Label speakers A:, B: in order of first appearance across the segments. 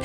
A: แถ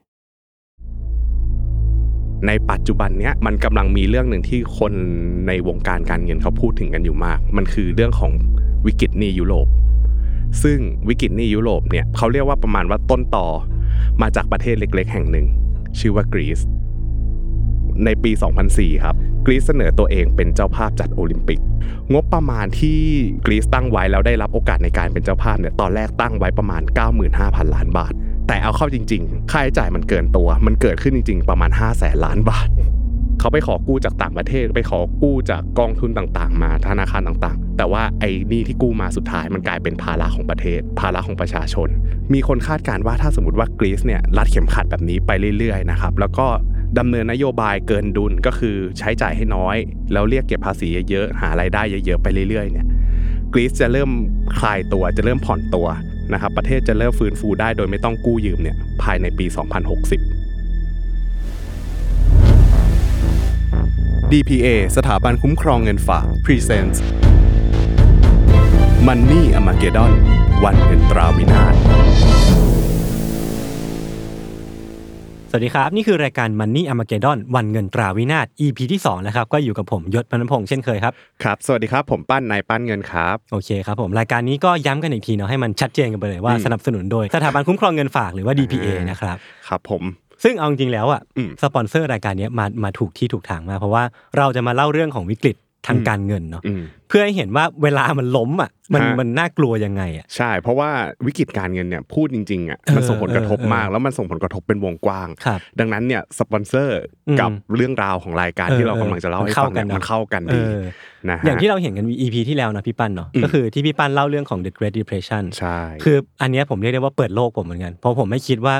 B: ในปัจจุบันเนี้ยมันกำลังมีเรื่องหนึ่งที่คนในวงการการเงินเขาพูดถึงกันอยู่มาก มันคือเรื่องของวิกฤตหนี้ยุโรป ซึ่งวิกฤตหนี้ยุโรปเนี่ยเขาเรียกว่าประมาณว่าต้นต่อมาจากประเทศเล็กๆ แห่งหนึ่ง ชื่อว่ากรีซในปี 2004 ครับกรีซเสนอตัวเองเป็นเจ้าภาพจัดโอลิมปิก งบประมาณที่กรีซตั้งไว้แล้วได้รับโอกาสในการเป็นเจ้าภาพเนี่ยตอนแรกตั้งไว้ประมาณ 95,000 ล้านบาท แต่เอาเข้าจริงๆ ค่าใช้จ่ายมันเกินตัว มันเกิดขึ้นจริงๆ ประมาณ 5 0 0แสนล้านบาท เขาไปขอกู้จากต่างประเทศ ไปขอกู้จากกองทุนต่างๆ มาธนาคารต่างๆ แต่ว่าไอ้หนี่ที่กู้มาสุดท้ายมันกลายเป็นภาระของประเทศ ภาระของประชาชน มีคนคาดการณ์ว่าถ้าสมมติว่ากรีซเนี่ยรัดเข็มขัดแบบนี้ไปเรื่อยๆ นะครับ แล้วก็ดำเนินนโยบายเกินดุลก็คือใช้จ่ายให้น้อย แล้วเรียกเก็บภาษีเยอะๆ หารายได้เยอะๆ ไปเรื่อยๆ เนี่ย กรีซจะเริ่มคลายตัวจะเริ่มผ่อนตัวนะครับ ประเทศจะเริ่มฟื้นฟูได้โดยไม่ต้องกู้ยืมเนี่ยภายในปี 2060
C: DPA สถาบันคุ้มครองเงินฝาก Presents Money a m a g e d o n วันเงินตราวินาศ
D: สวัสดีครับ นี่คือรายการ Money a r m a g e d o n วันเงินตราวินาศ EP ที่2แล้วครับ ก็อยู่กับผมยศพนันพงษ์เช่นเคยครับ
B: ครับ สวัสดีครับ ผมปั้นนายปั้นเงินครับ
D: โอเคครับผม รายการนี้ก็ย้ำกันอีกทีเนาะให้มันชัดเจนกันไปเลยว่าสนับสนุนโดยสถาบันคุ้มครองเงินฝากหรือว่า DPA
B: อ่าน
D: นะครับ
B: ครับผม
D: ซึ่งเอาจริงๆแล้วอ่ะ
B: อืม
D: สปอนเซอร์รายการเนี้ยมามาถูกที่ถูกทางมากเพราะว่าเราจะมาเล่าเรื่องของวิกฤตทาง
B: อืม
D: การเงินเนาะ
B: อืม
D: เพื่อให้เห็นว่าเวลามันล้มอ่ะมัน
B: ฮะ
D: มันน่ากลัวยังไงอ่ะ
B: ใช่ เพราะว่าวิกฤตการเงินเนี่ยพูดจริงๆอ่ะ
D: เออ
B: มันส่งผลกระทบ
D: เออเออ
B: มาก แล้วมันส่งผลกระทบเป็นวงกว้าง
D: ครับ
B: ดังนั้นเนี่ยสปอนเซอร์
D: อืม
B: กับเรื่องราวของรายการ
D: เออ
B: ที่เรากำลังจะเล่าให้ฟังเนี่ย
D: เออ
B: มันเข้ากัน
D: เอ
B: ดี
D: อ
B: นะฮะ
D: อย่างที่เราเห็นกัน EP ที่แล้วนะพี่ปั้นเนาะ
B: อืม
D: ก็คือที่พี่ปั้นเล่าเรื่องของ The Great Depression
B: ใช่
D: คืออันเนี้ยผมเรียกได้ว่าเปิดโลกผมเหมือนกัน เพราะผมไม่คิดว่า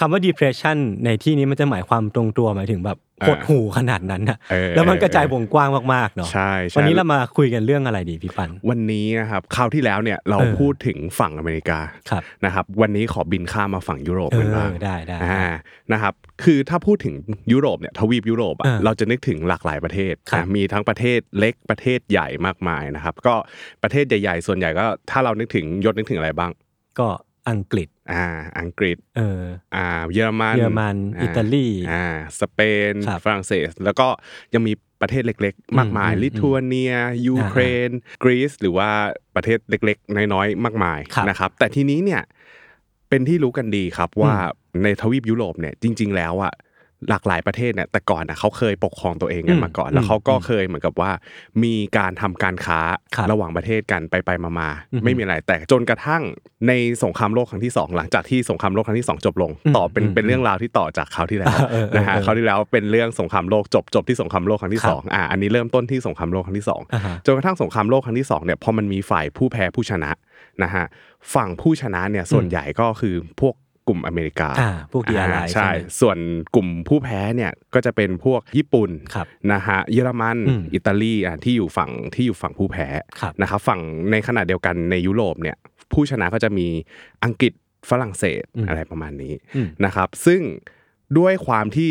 D: คำว่า depression ในที่นี้มันจะหมายความตรงตัวหมายถึงแบบหดหูขนาดนั้นนะ
B: เออ
D: แล้วมันกระจาย
B: เอ
D: ว
B: อง
D: กว้างมากๆเนาะ
B: ใช่ใช่
D: วันนี้เรามาคุยกันเรื่องอะไรดีพี่ปัน
B: วันนี้นะครับคราวที่แล้วเนี่ยเรา
D: เออ
B: พูดถึงฝั่งอเมริกา
D: ครับ
B: นะครับวันนี้ขอบินข้ามมาฝั่งยุโรป
D: เอ
B: กันบ้าง
D: อได้ได้
B: อ่านะครับคือถ้าพูดถึงยุโรปเนี่ยทวีปยุโรป
D: อ่า
B: อะเราจะนึกถึงหลากหลายประเทศ
D: ครับ
B: นะมีทั้งประเทศเล็กประเทศใหญ่มากมายนะครับ ก็ประเทศใหญ่ๆ ส่วนใหญ่ก็ถ้าเรานึกถึงยศนึกถึงอะไรบ้าง
D: ก็อังกฤษ
B: อ่าอังกฤษ
D: เออ
B: อ่าเยอรมัน
D: เยอรมันอิตาลี
B: อ่าสเปน
D: ครับ
B: ฝรั่งเศส แล้วก็ยังมีประเทศเล็กๆ มากมาย
D: อืมอืม
B: ลิทัวเนีย ยูเครนกรีซหรือว่าประเทศเล็กๆ น้อยๆมากมาย
D: ครับ
B: นะครับ แต่ทีนี้เนี่ยเป็นที่รู้กันดีครับว่า ในทวีปยุโรปเนี่ยจริง ๆ แล้วอะหลากหลายประเทศเนี่ยแต่ก่อนอะเขาเคยปกครองตัวเองกันมาก่อน
D: อืม
B: แล้วเขาก็
D: อืม
B: เคยเหมือนกับว่า มีการทำการค้า
D: ครับ
B: ระหว่างประเทศกันไปไปมามาๆ
D: อืม
B: ไม่มีอะไรแต่จนกระทั่งในสงครามโลกครั้งที่สองหลังจากที่สงครามโลกครั้งที่สองจบลง
D: อืม
B: ต่อเป็น
D: อืม
B: เป็นเรื่องราวที่ต่อจากคราวที่แล้ว
D: เออเออ
B: นะฮะ
D: เออ
B: คราวที่แล้วเป็นเรื่องสงครามโลกจบจบที่สงครามโลกครั้งที่
D: ครับ
B: สองอ่ะอันนี้เริ่มต้นที่สงครามโลกครั้งที่สอง
D: อ่าฮะ
B: จนกระทั่งสงครามโลกครั้งที่สองเนี่ยพอมันมีฝ่ายผู้แพ้ผู้ชนะนะฮะฝั่งผู้ชนะเนี่ยส่วนใหญ่ก็คือพวกกลุ่มอเมริกา
D: อ่าพวก DRI
B: อ่า
D: ใช่
B: ใช่
D: ไหม
B: ส่วนกลุ่มผู้แพ้เนี่ยก็จะเป็นพวกญี่ปุ่น
D: ครับ
B: นะฮะเยอรมัน
D: อืม
B: อิตาลีอ่ะที่อยู่ฝั่งที่อยู่ฝั่งผู้แพ้
D: ครับ
B: นะครับฝั่งในขณะเดียวกันในยุโรปเนี่ยผู้ชนะก็จะมีอังกฤษฝรั่งเศสอะไรประมาณนี้
D: อืม
B: นะครับซึ่งด้วยความที่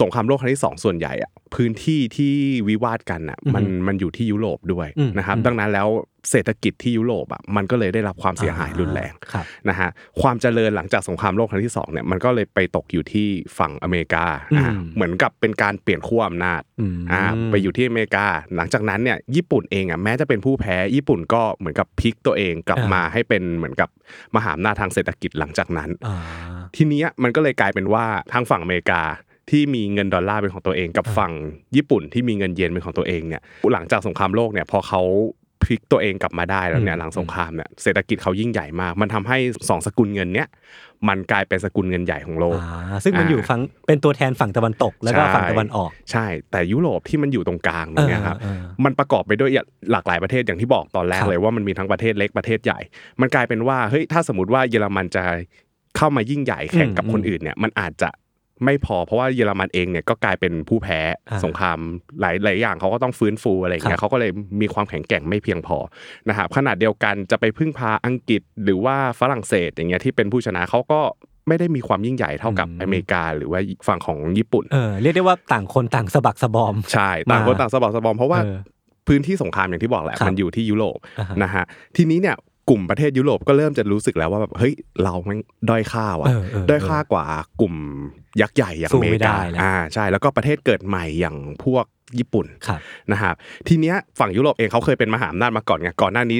B: สงครามโลกครั้งที่สองส่วนใหญ่อะพื้นที่ที่วิวาทกันอะ
D: อืม
B: มันมันอยู่ที่ยุโรปด้วย
D: อืม
B: นะครับ
D: อืม
B: ดังนั้นแล้วเศรษฐกิจที่ยุโรปอะมันก็เลยได้รับความเสียหายรุนแรง
D: ครับ
B: นะฮะความเจริญหลังจากสงครามโลกครั้งที่สองเนี่ยมันก็เลยไปตกอยู่ที่ฝั่งอเมริกาอ่ะ
D: อืม
B: เหมือนกับเป็นการเปลี่ยนขั้วอำนาจ
D: ม
B: อ่าไปอยู่ที่อเมริกา หลังจากนั้นเนี่ยญี่ปุ่นเองอ่ะแม้จะเป็นผู้แพ้ญี่ปุ่นก็เหมือนกับพลิกตัวเองกลับ
D: อ่าม
B: มาให้เป็นเหมือนกับมหาอำนาจทางเศรษฐกิจหลังจากนั้น
D: อ่า
B: ทีเนี้ยมันก็เลยกลายเป็นว่าทางฝั่งอเมริกา ที่มีเงินดอลลาร์เป็นของตัวเอง กับฝั่งญี่ปุ่นที่มีเงินเยนเป็นของตัวเองเนี่ยหลังจากสงครามโลกเนี่ยพอเขาพลิกตัวเองกลับมาได้แล้วเนี่ยหลังสงครามเนี่ยเศรษฐกิจเขายิ่งใหญ่มาก มันทำให้สองสกุลเงินเนี่ยมันกลายเป็นสกุลเงินใหญ่ของโลก
D: อ่าซึ่งมันอยู่ฝั่งเป็นตัวแทนฝั่งตะวันตกแล้วก็
B: ใช่
D: ฝั่งตะวันออก
B: ใช่ แต่ยุโรปที่มันอยู่ตรงกลางตรงเนี้ยครับ
D: เออเออเออ
B: มันประกอบไปด้วยหลากหลายประเทศอย่างที่บอกตอนแรก
D: ครับ
B: เลยว่ามันมีทั้งประเทศเล็กประเทศใหญ่ มันกลายเป็นว่าเฮ้ยถ้าสมมติว่าเยอรมันจะเข้ามายิ่งใหญ่แข่งกับคนอื่นเนี่ยมันอาจจะไม่พอเพราะว่าเยอรมันเองเนี่ยก็กลายเป็นผู้แพ้สงครามหลายหลายอย่างเขาก็ต้องฟื้นฟูอะไรอย่างเงี้ยเขาก็เลยมีความแข็งแกร่งไม่เพียงพอนะครับขนาดเดียวกันจะไปพึ่งพาอังกฤษหรือว่าฝรั่งเศสอย่างเงี้ยที่เป็นผู้ชนะเขาก็ไม่ได้มีความยิ่งใหญ่เท่ากับอเมริกา หรือว่าฝั่งของญี่ปุ่น
D: เออเรียกได้ว่าต่างคนต่างสะบักสะบอม
B: ใช่ต่างคน
D: มา
B: ต่างสะบักสะบอมเพราะว่า
D: เออ
B: พื้นที่สงครามอย่างที่บอกแหละ
D: ครับ
B: มันอยู่ที่ยุโรป
D: อ่าฮะ
B: นะฮะทีนี้เนี่ยกลุ่มประเทศยุโรปก็เริ่มจะรู้สึกแล้วว่าแบบเฮ้ยเราแมันด้อยค่าว่ะ
D: เออเออ
B: ด้อยค่ากว่ากลุ่มยักษ์ใหญ่อย่าง
D: สู้
B: อเม
D: ไม่
B: ริ
D: ได้
B: กา
D: แล้ว
B: อ่าใช่แล้วก็ประเทศเกิดใหม่อย่างพวกญี่ปุ่น
D: ครับ
B: นะครับทีเนี้ยฝั่งยุโรปเองเขาเคยเป็นมหาอำนาจมาก่อนไงก่อนหน้านี้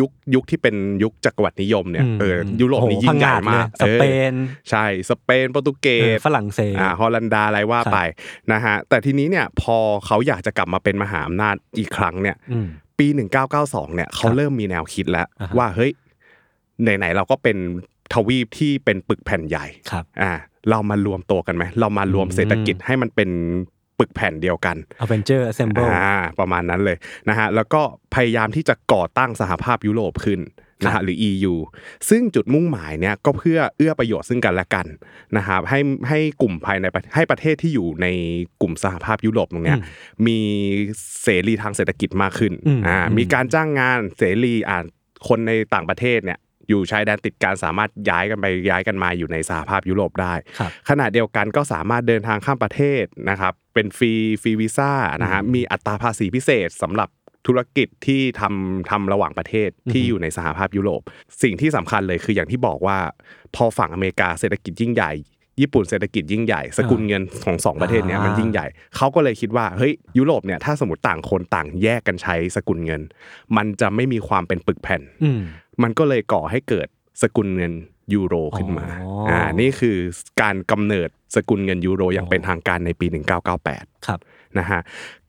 B: ยุคยุคที่เป็นยุคจักรวรรดินิยมเนี่ย
D: อืม
B: เออยุโรปนี่
D: โอ้โห
B: ยิ่งใหญ่
D: พังงาด
B: มาก
D: เลยสเปน
B: ออใช่สเปนโปรตุเก
D: เออ
B: ส
D: ฝรั่งเศส
B: อ่าฮอลันดาอะไรว่าไปนะฮะแต่ทีนี้เนี่ยพอเขาอยากจะกลับมาเป็นมหาอำนาจอีกครั้งเนี่ย
D: อืม
B: ปี 1992เนี่ยเขาเริ่มมีแนวคิดแล้ว
D: อ่าฮะ
B: ว่าเฮ้ยไหนๆเราก็เป็นทวีปที่เป็นปึกแผ่นใหญ่
D: ครับ
B: อ่าเรามารวมตัวกันไหมเรามารวมเศรษฐกิจให้มันเป็นปึกแผ่นเดียวกัน
D: a v e n g e r Assemble
B: อ่าประมาณนั้นเลยนะฮะแล้วก็พยายามที่จะก่อตั้งสหภาพยุโรปขึ้นนะฮะหรือ EU ซึ่งจุดมุ่งหมายเนี่ยก็เพื่อเอื้อประโยชน์ซึ่งกันและกันนะครับให้ให้กลุ่มภายในประให้ประเทศที่อยู่ในกลุ่มสหภาพยุโรปตรงเนี้ยมีเสรีทางเศรษฐกิจมากขึ้น
D: อืม
B: อ่า
D: อืม
B: มีการจ้างงานเสรีอ่าคนในต่างประเทศเนี่ยอยู่ชายแดนติดการสามารถย้ายกันไปย้ายกันมาอยู่ในสหภาพยุโรปได้
D: ครับ
B: ขณะเดียวกันก็สามารถเดินทางข้ามประเทศนะครับ เป็นฟรีฟรีวีซ่านะฮะมีอัตราภาษีพิเศษสำหรับธุรกิจที่ทำทำระหว่างประเทศที่อยู่ในสหภาพยุโรป สิ่งที่สำคัญเลยคืออย่างที่บอกว่า พอฝั่งอเมริกาเศรษฐกิจยิ่งใหญ่ ญี่ปุ่นเศรษฐกิจยิ่งใหญ่ สกุลเงินของสองประเทศเนี้ยมันยิ่งใหญ่เขาก็เลยคิดว่าเฮ้ยยุโรปเนี่ยถ้าสมมติต่างคนต่างแยกกันใช้สกุลเงิน มันจะไม่มีความเป็นปึกแผ่น
D: อืม
B: มันก็เลยก่อให้เกิดสกุลเงินยูโรขึ้นมา
D: อ๋ออ่
B: อ่า นี่คือการกำเนิดสกุลเงินยูโรอย่างเป็นทางการในปี 1998
D: ครับ
B: นะฮะ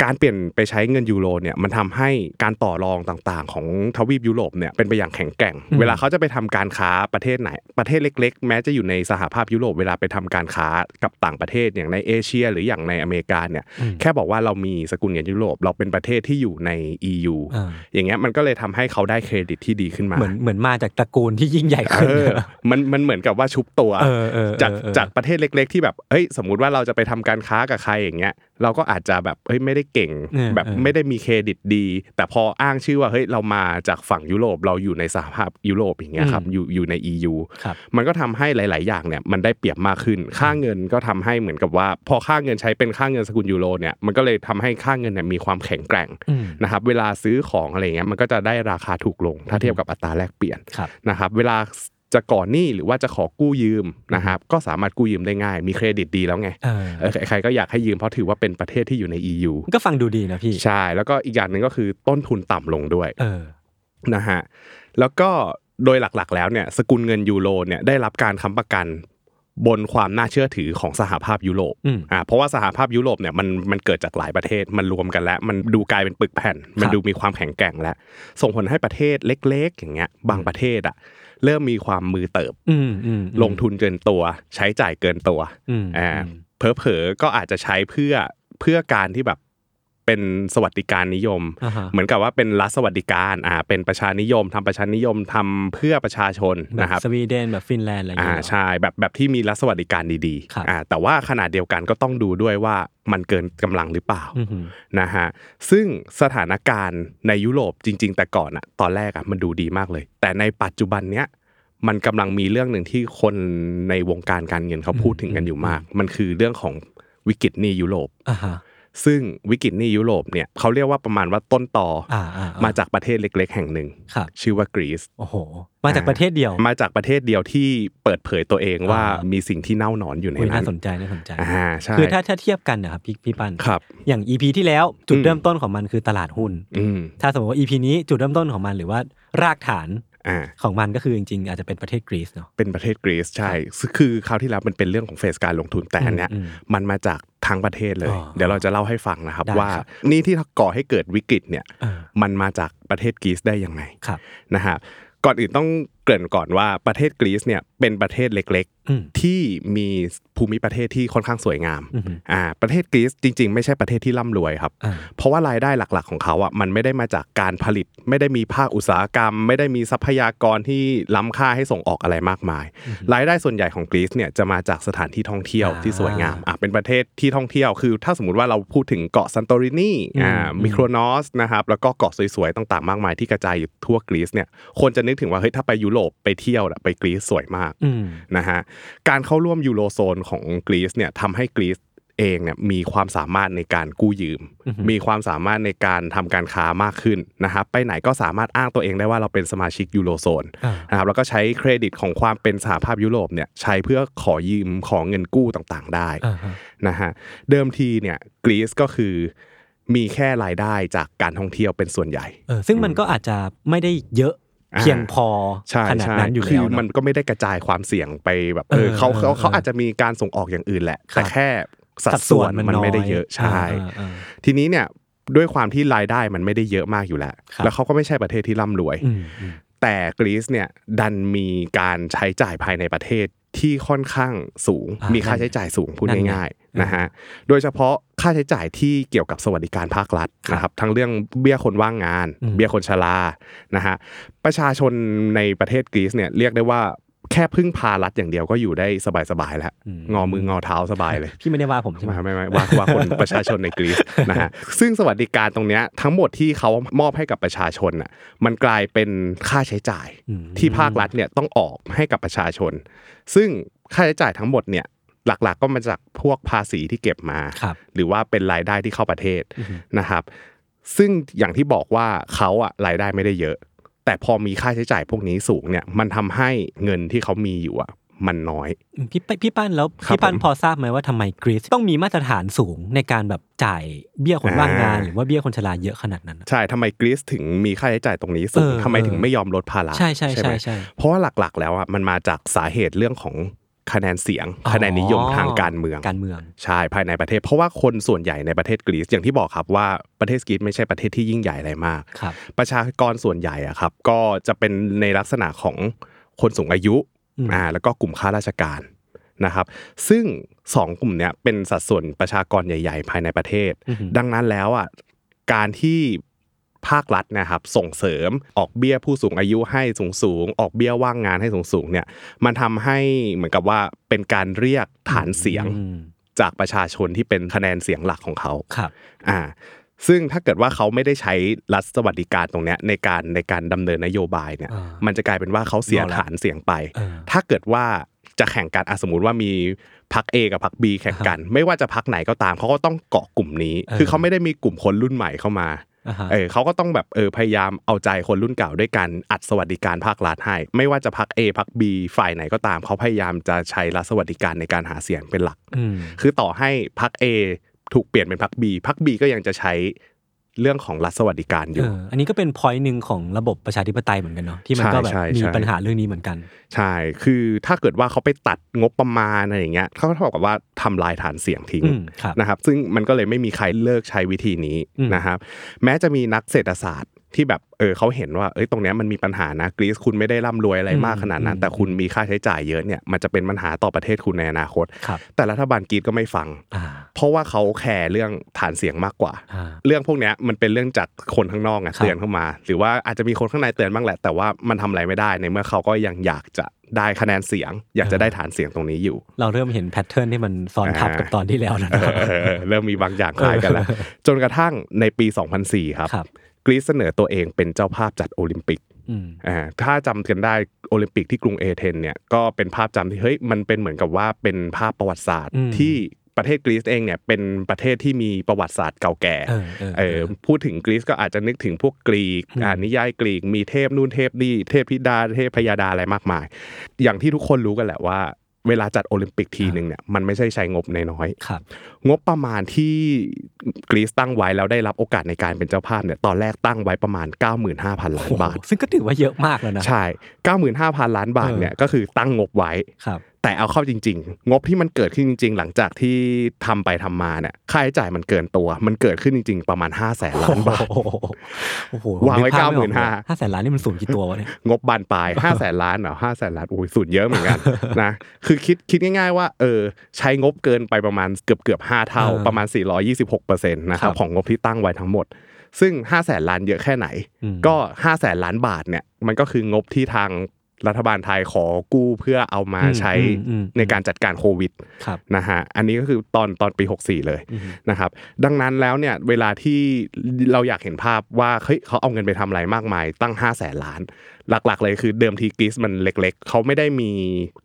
B: การเปลี่ยนไปใช้เงินยูโรเนี่ย มันทำให้การต่อรองต่างๆ ของทวีปยุโรปเนี่ยเป็นไปอย่างแข็งแกร่ง เวลาเขาจะไปทำการค้าประเทศไหน ประเทศเล็ก ๆ แม้จะอยู่ในสหภาพยุโรป เวลาไปทำการค้ากับต่างประเทศอย่างในเอเชีย หรืออย่างในอเมริกาเนี่ย แค่บอกว่าเรามีสกุลเงินยุโรป เราเป็นประเทศที่อยู่ใน EU
D: อ่า
B: อย่างเงี้ยมันก็เลยทำให้เขาได้เครดิตที่ดีขึ้นมา
D: เหมือนเหมือนมาจากตระกูลที่ยิ่งใหญ่
B: เอ
D: ขึ้น
B: อมันมันเหมือนกับว่าชุบตัว
D: เออเออเออ
B: จาก
D: เออ
B: จากประเทศเล็ก ๆ ที่แบบเอ้ยสมมุติว่าเราจะไปทำการค้ากับใครอย่างเงี้ยเราก็อาจจะแบบเฮ้ยไม่ได้เก่ง
D: เออ
B: แบบ
D: เออ
B: ไม่ได้มีเครดิตดี แต่พออ้างชื่อว่าเฮ้ยเรามาจากฝั่งยุโรปเราอยู่ในสหภาพยุโรปอย่างเงี้ยครับอยู่อยู่ใน EU
D: ครับ
B: มันก็ทำให้หลาย ๆ อย่างเนี่ยมันได้เปรียบมากขึ้น ค่าเงินก็ทำให้เหมือนกับว่า พอค่าเงินใช้เป็นค่าเงินสกุลยูโรเนี่ยมันก็เลยทำให้ค่าเงินเนี่ยมีความแข็งแกร่ง
D: อืม
B: นะครับเวลาซื้อของอะไรเงี้ยมันก็จะได้ราคาถูกลง ถ้าเทียบกับอัตราแลกเปลี่ยน
D: ครับ
B: นะครับเวลาจะก่อหนี้หรือว่าจะขอกู้ยืมนะครับก็สามารถกู้ยืมได้ง่าย มีเครดิตดีแล้วไง
D: เออ
B: เออใครๆก็อยากให้ยืมเพราะถือว่าเป็นประเทศที่อยู่ใน EU
D: มันก็ฟังดูดีนะพี่
B: ใช่ แล้วก็อีกอย่างหนึ่งก็คือต้นทุนต่ำลงด้วย
D: เออ
B: นะฮะแล้วก็โดยหลักๆแล้วเนี่ยสกุลเงินยูโรเนี่ยได้รับการค้ำประกันบนความน่าเชื่อถือของสหภาพยุโรป
D: อืม
B: อ่าเพราะว่าสหภาพยุโรปเนี่ยมันมันเกิดจากหลายประเทศมันรวมกันแล้ว มันดูกลายเป็นปึกแผ่น มัน
D: ครับ
B: ดูมีความแข็งแกร่งแล้ว ส่งผลให้ประเทศเล็ก ๆ อย่างเงี้ยบางประเทศอ่ะเริ่มมีความมือเติบ
D: อืมอืมอืม
B: ลงทุนเกินตัว ใช้จ่ายเกินตัว
D: อืม
B: อ่า
D: อืม
B: เผลอๆก็อาจจะใช้เพื่อเพื่อการที่แบบเป็นสวัสดิการนิยม
D: อ่าฮะ
B: เหมือนกับว่าเป็นรัฐสวัสดิการอ่าเป็นประชานิยมทำประชานิยมทำเพื่อประชาชน
D: แบบ
B: นะครับ
D: สวีเดนแบบฟินแลนด์อะไรอย่าง
B: อ่า
D: เงี้ยเหรอ
B: ใช่แบบแบบที่มีรัฐสวัสดิการดี
D: ครับ
B: ๆอ่าแต่ว่าขนาดเดียวกันก็ต้องดูด้วยว่ามันเกินกำลังหรือเปล่า
D: อือหือ
B: นะฮะซึ่งสถานการณ์ในยุโรปจริง ๆ แต่ก่อนอะตอนแรกอะมันดูดีมากเลย แต่ในปัจจุบันเนี้ยมันกำลังมีเรื่องหนึ่งที่คนในวงการการเงินเขาพูดถึงกันอยู่มาก มันคือเรื่องของวิกฤตหนี้ยุโรป
D: อ่าฮะ
B: ซึ่งวิกฤตหนี้ยุโรปเนี่ยเขาเรียกว่าประมาณว่าต้นต่ออ
D: อ่าอ่าอ่
B: มาจากประเทศเล็ก ๆ แห่งหนึ่ง
D: ครับ
B: ชื่อว่ากรีซ
D: โอ้โห มาจากประเทศเดียว
B: มาจากประเทศเดียวที่เปิดเผยตัวเองว่า
D: อ่ามี
B: มีสิ่งที่เน่าหนอนอยู่ใน
D: คุณ
B: นั้
D: น่าน สนใจน่าสนใจ
B: อ่าใช่
D: คือถ้าถ้าเทียบกันนะครับพี่พี่ปัน
B: ครับ
D: อย่าง EP ที่แล้วจุด
B: อืม
D: เริ่มต้นของมันคือตลาดหุ้น
B: อืม
D: ถ้าสมมติว่า EP นี้จุดเริ่มต้นของมันหรือว่ารากฐาน
B: อ่า
D: ของมันก็คือจริงๆ อาจจะเป็นประเทศกรีซเนาะ
B: เป็นประเทศกรีซใช่ซึ่งคือคราวที่แล้วมันเป็นเรื่องของเฟสการลงทุนแต่อันเนี้ย
D: อืมอืม
B: มันมาจากทั้งประเทศเลย
D: อ๋อ
B: เดี๋ยวเราจะเล่าให้ฟังนะครับ
D: ได้
B: ว่า
D: ครับ
B: นี่ที่ก่อให้เกิดวิกฤตเนี่ย
D: เออ
B: มันมาจากประเทศกรีซได้ยังไง
D: ครับ
B: นะฮะก่อนอื่นต้องเกริ่นก่อนว่าประเทศกรีซเนี่ยเป็นประเทศเล็ก
D: อืม
B: ๆ ที่มีภูมิประเทศที่ค่อนข้างสวยงาม
D: อืม
B: อ่าประเทศกรีซจริง ๆ ไม่ใช่ประเทศที่ร่ำรวยครับ
D: อ่า
B: เพราะว่ารายได้หลักๆของเขาอ่ะมันไม่ได้มาจากการผลิต ไม่ได้มีภาคอุตสาหกรรม ไม่ได้มีทรัพยากรที่ล้ำค่าให้ส่งออกอะไรมากมาย รายได้ส่วนใหญ่ของกรีซเนี่ยจะมาจากสถานที่ท่องเที่ยว
D: อ่า
B: ที่สวยงามอ่ะเป็นประเทศที่ท่องเที่ยวคือ ถ้าสมมติว่าเราพูดถึงเกาะซันโตรินีอ่า
D: อืม
B: มิโครนอสนะครับแล้วก็เกาะสวยๆต่างๆมากมายที่กระจายอยู่ทั่วกรีซเนี่ยคนจะนึกถึงว่าเฮ้ยถ้าไปยุโรปไปเที่ยวน่ะไปกรีซสวยมาก
D: อืม
B: นะฮะการเข้าร่วมยูโรโซนของกรีซเนี่ยทำให้กรีซเองเนี่ยมีความสามารถในการกู้ยืม
D: อือฮึ
B: มีความสามารถในการทำการค้ามากขึ้นนะครับไปไหนก็สามารถอ้างตัวเองได้ว่าเราเป็นสมาชิกยูโรโซน
D: อ่า
B: นะครับแล้วก็ใช้เครดิตของความเป็นสหภาพยุโรปเนี่ยใช้เพื่อขอยืมของเงินกู้ต่างๆ ได้
D: อ่าฮะ
B: นะฮะเดิมทีเนี่ยกรีซก็คือมีแค่รายได้จากการท่องเที่ยวเป็นส่วนใหญ่
D: เออซึ่งมันก็อาจจะไม่ได้เยอะ
B: อ่า
D: เพียงพอ
B: ใช่
D: ขนาด
B: ใช่
D: นั้นอยู่
B: คื
D: แล้วเนอะ
B: มันก็ไม่ได้กระจายความเสี่ยงไปแบบเออ
D: เออ
B: เขา
D: เออ
B: เขาเขา
D: เอออ
B: อาจจะมีการส่งออกอย่างอื่นแหละ
D: ครับ
B: แต่แค่สัดส่วนมันไม่ได้เยอะใช่
D: อ่าอ่าอ่า
B: ทีนี้เนี่ยด้วยความที่รายได้มันไม่ได้เยอะมากอยู่แล้ว
D: ครับ
B: แล้วเขาก็ไม่ใช่ประเทศที่ร่ำรวย
D: อืมอืม
B: แต่กรีซเนี่ยดันมีการใช้จ่ายภายในประเทศที่ค่อนข้างสูง
D: ามี
B: มีค่าใช้จ่ายสูงพูด
D: นั่นไง
B: ง่ายๆนะฮะโดยเฉพาะค่าใช้จ่ายที่เกี่ยวกับสวัสดิการภาครัฐ
D: ครับ
B: นะครับทั้งเรื่องเบี้ยคนว่างงาน
D: อืม
B: เบี้ยคนชรานะฮะประชาชนในประเทศกรีซเนี่ยเรียกได้ว่าแค่พึ่งพารัฐอย่างเดียวก็อยู่ได้สบายๆแล้ว งอมืองอเท้าสบายเลย
D: พี่ไม่ได้ว่าผมใช่ไหม
B: ไม่ไม่ไม่ว่าว่าคน ประชาชนในกรีซ นะฮะซึ่งสวัสดิการตรงเนี้ยทั้งหมดที่เขามอบให้กับประชาชนน่ะมันกลายเป็นค่าใช้จ่าย
D: อืม
B: ที่ภาครัฐเนี่ยต้องออกให้กับประชาชน ซึ่งค่าใช้จ่ายทั้งหมดเนี่ยหลักๆก็มาจากพวกภาษีที่เก็บมา
D: ครับ
B: หรือว่าเป็นรายได้ที่เข้าประเทศนะครับ ซึ่งอย่างที่บอกว่าเขาอะรายได้ไม่ได้เยอะ แต่พอมีค่าใช้จ่ายพวกนี้สูงเนี่ยมันทำให้เงินที่เขามีอยู่อะมันน้อย
D: พี่ปพี่ปั้นแล้ว
B: ครับ
D: พี่ปั้
B: ผ
D: น
B: ม
D: พอทราบไหมว่าทำไมกรีซต้องมีมาตรฐานสูงในการแบบจ่ายเบี้ยคนว่างงาน
B: อ่า
D: หรือว่าเบี้ยคนชราเยอะขนาดนั้นอะ
B: ใช่ ทำไมกรีซถึงมีค่าใช้จ่ายตรงนี้สูง
D: เออ
B: ทำไมถึง
D: เออ
B: ไม่ยอมลดภาระ
D: ใช่ใช่
B: ไห
D: ใช่
B: ม
D: ใช่
B: เพราะว่าหลักๆ แล้วอ่ะ มันมาจากสาเหตุเรื่องของคะแนนเสียง
D: อ๋อ
B: คะแนนนิยมทางการเมือง
D: การเมือง
B: ใช่ ภายในประเทศ เพราะว่าคนส่วนใหญ่ในประเทศกรีซ อย่างที่บอกครับว่าประเทศกรีซไม่ใช่ประเทศที่ยิ่งใหญ่อะไรมาก
D: ครับ
B: ประชากรส่วนใหญ่อะครับ ก็จะเป็นในลักษณะของคนสูงอายุ
D: อืม
B: อ่า แล้วก็กลุ่มข้าราชการนะครับ ซึ่งสองกลุ่มเนี้ยเป็นสัดส่วนประชากรใหญ่ ๆ ภายในประเทศ
D: อือหือ
B: ดังนั้นแล้วอ่ะการที่ภาครัฐนะครับส่งเสริมออกเบี้ยผู้สูงอายุให้สูงสูงๆออกเบี้ยว่างงานให้สูงสูงๆเนี่ยมันทำให้เหมือนกับว่าเป็นการเรียกฐานเสียง
D: อืม
B: จากประชาชนที่เป็นคะแนนเสียงหลักของเขา
D: ครับ
B: อ่าซึ่งถ้าเกิดว่าเขาไม่ได้ใช้รัฐสวัสดิการตรงเนี้ยในการในการดำเนินนโยบายเนี่ย
D: อ่า
B: มันจะกลายเป็นว่าเขาเสีย
D: เอาละ
B: ฐานเสียงไป
D: เออ
B: ถ้าเกิดว่าจะแข่งกันอ่ะสมมติว่ามีพัก A กับพัก B แข่งกัน ไม่ว่าจะพักไหนก็ตามเขาก็ต้องเกาะกลุ่มนี้
D: เออ
B: คือเขาไม่ได้มีกลุ่มคนรุ่นใหม่เข้ามา
D: อ่าฮะ
B: เออเขาก็ต้องแบบเออพยายามเอาใจคนรุ่นเก่าด้วยการอัดสวัสดิการภาครัฐให้ ไม่ว่าจะพัก A พัก B ฝ่ายไหนก็ตามเขาพยายามจะใช้รัฐสวัสดิการในการหาเสียงเป็นหลัก
D: ม
B: คือต่อให้พัก A ถูกเปลี่ยนเป็นพัก B พัก B ก็ยังจะใช้เรื่องของรัฐสวัสดิการอยู่
D: เอออันนี้ก็เป็น point หนึ่งของระบบประชาธิปไตยเหมือนกันเนาะที่มันก็แบบ
B: ใช่ใช่
D: มี
B: ใช่
D: ปัญหาเรื่องนี้เหมือนกัน
B: ใช่ คือถ้าเกิดว่าเขาไปตัดงบประมาณอะไรอย่างเงี้ยเขาเท่ากับว่าทำลายฐานเสียงทิ้ง
D: อืมครับ
B: นะครับ ซึ่งมันก็เลยไม่มีใครเลิกใช้วิธีนี้
D: อืม
B: นะครับ แม้จะมีนักเศรษฐศาสตร์ที่แบบ เออเขาเห็นว่า เอ้ย ตรงเนี้ยมันมีปัญหานะ กรีซคุณไม่ได้ร่ำรวยอะไรมากขนาดนั้น แต่คุณมีค่าใช้จ่ายเยอะเนี่ย มันจะเป็นปัญหาต่อประเทศคุณในอนาคต
D: ครับ
B: แต่รัฐบาลกรีซก็ไม่ฟัง
D: อ่า
B: เพราะว่าเขาแคร์เรื่องฐานเสียงมากกว่า
D: อ่า
B: เรื่องพวกเนี้ยมันเป็นเรื่องจากคนข้างนอกอะ
D: ครับ
B: เตือนเข้ามา หรือว่าอาจจะมีคนข้างในเตือนบ้างแหละ แต่ว่ามันทำอะไรไม่ได้ในเมื่อเขาก็ยังอยากจะได้คะแนนเสียง อยากจะได้ฐานเสียงตรงนี้อยู่
D: เราเริ่มเห็นแพทเทิร์นที่มันซ้อนทับกับ
B: อ่า
D: ตอนที่แล้วแล้ว
B: เอ
D: นะ
B: อเออเอ อเริ่มมีบางอย่างคล้ายกัน แล้ว จนกระทั่งในปี 2004 ครับ
D: ครับ
B: กรีซเสนอตัวเองเป็นเจ้าภาพจัดโอลิมปิก
D: อืม
B: อ่าถ้าจำกันได้โอลิมปิกที่กรุงเอเธนเนี่ยก็เป็นภาพจำที่เฮ้ยมันเป็นเหมือนกับว่าเป็นภาพประวัติศาสตร์
D: อืม
B: ที่ประเทศกรีซเองเนี่ยเป็นประเทศที่มีประวัติศาสตร์เก่าแก่
D: เออเออ
B: เออพูดถึงกรีซก็อาจจะนึกถึงพวกกรีกอ่านิยายกรีกมีเทพนู่นเทพนี่เทพธิดาเทพพยาดาอะไรมากมาย อย่างที่ทุกคนรู้กันแหละว่า เวลาจัดโอลิมปิกทีหนึ่งเนี่ยมันไม่ใช่ใช้งบน้อย
D: ครับ
B: ๆงบประมาณที่กรีซตั้งไว้แล้วได้รับโอกาสในการเป็นเจ้าภาพเนี่ยตอนแรกตั้งไว้ประมาณ 95,000 ล้านบาท
D: โอ้โหซึ่งก็ถือว่าเยอะมากแล้วนะ
B: ใช่ 95,000 ล้านบาทเนี่ยก็คือตั้งงบไว้
D: ครับ
B: แต่เอาเข้าจริง ๆ งบที่มันเกิดขึ้นจริง ๆ หลังจากที่ทำไปทำมาเนี่ยค่าใช้จ่ายมันเกินตัว มันเกิดขึ้นจริง ๆ ประมาณ 5 0 0แสนล้านบาท
D: โอ้โหโอ้โห
B: วางไว้
D: ผภพ
B: 95,000
D: ออเลยห้าแสนล้านนี่มันสูงกี่ตัววะเนี่ย
B: งบบานปลาย 5 0 0แสนล้านเหรอห้าแสนล้านโอ้ยสูญเยอะเหมื อนกัน นะคือคิดคิดง่ายๆว่าเออใช้งบเกินไปประมาณเกือบเกือบห้าเท่า
D: เออ
B: ประมาณ 426%นะค
D: ครั
B: รับบ ของงบที่ตั้งไว้ทั้งหมด ซึ่ง 5 0 0แสนล้านเยอะแค่ไหน
D: อืม
B: ก็5 0 0แสนล้านบาทเนี่ยมันก็คืองบที่ทางรัฐบาลไทยขอกู้เพื่อเอามา
D: อืม
B: ใช้
D: อืมอืม
B: ในการจัดการโควิด
D: ครับ
B: นะฮะอันนี้ก็คือตอนตอนปี 64 เลย
D: อือฮึ
B: นะครับดังนั้นแล้วเนี่ยเวลาที่เราอยากเห็นภาพว่าเฮ้ยเขาเอาเงินไปทำอะไรมากมายตั้ง 5 0 0แสนล้าน หลักๆ เลยคือเดิมทีกรีซมันเล็กๆ เขาไม่ได้มี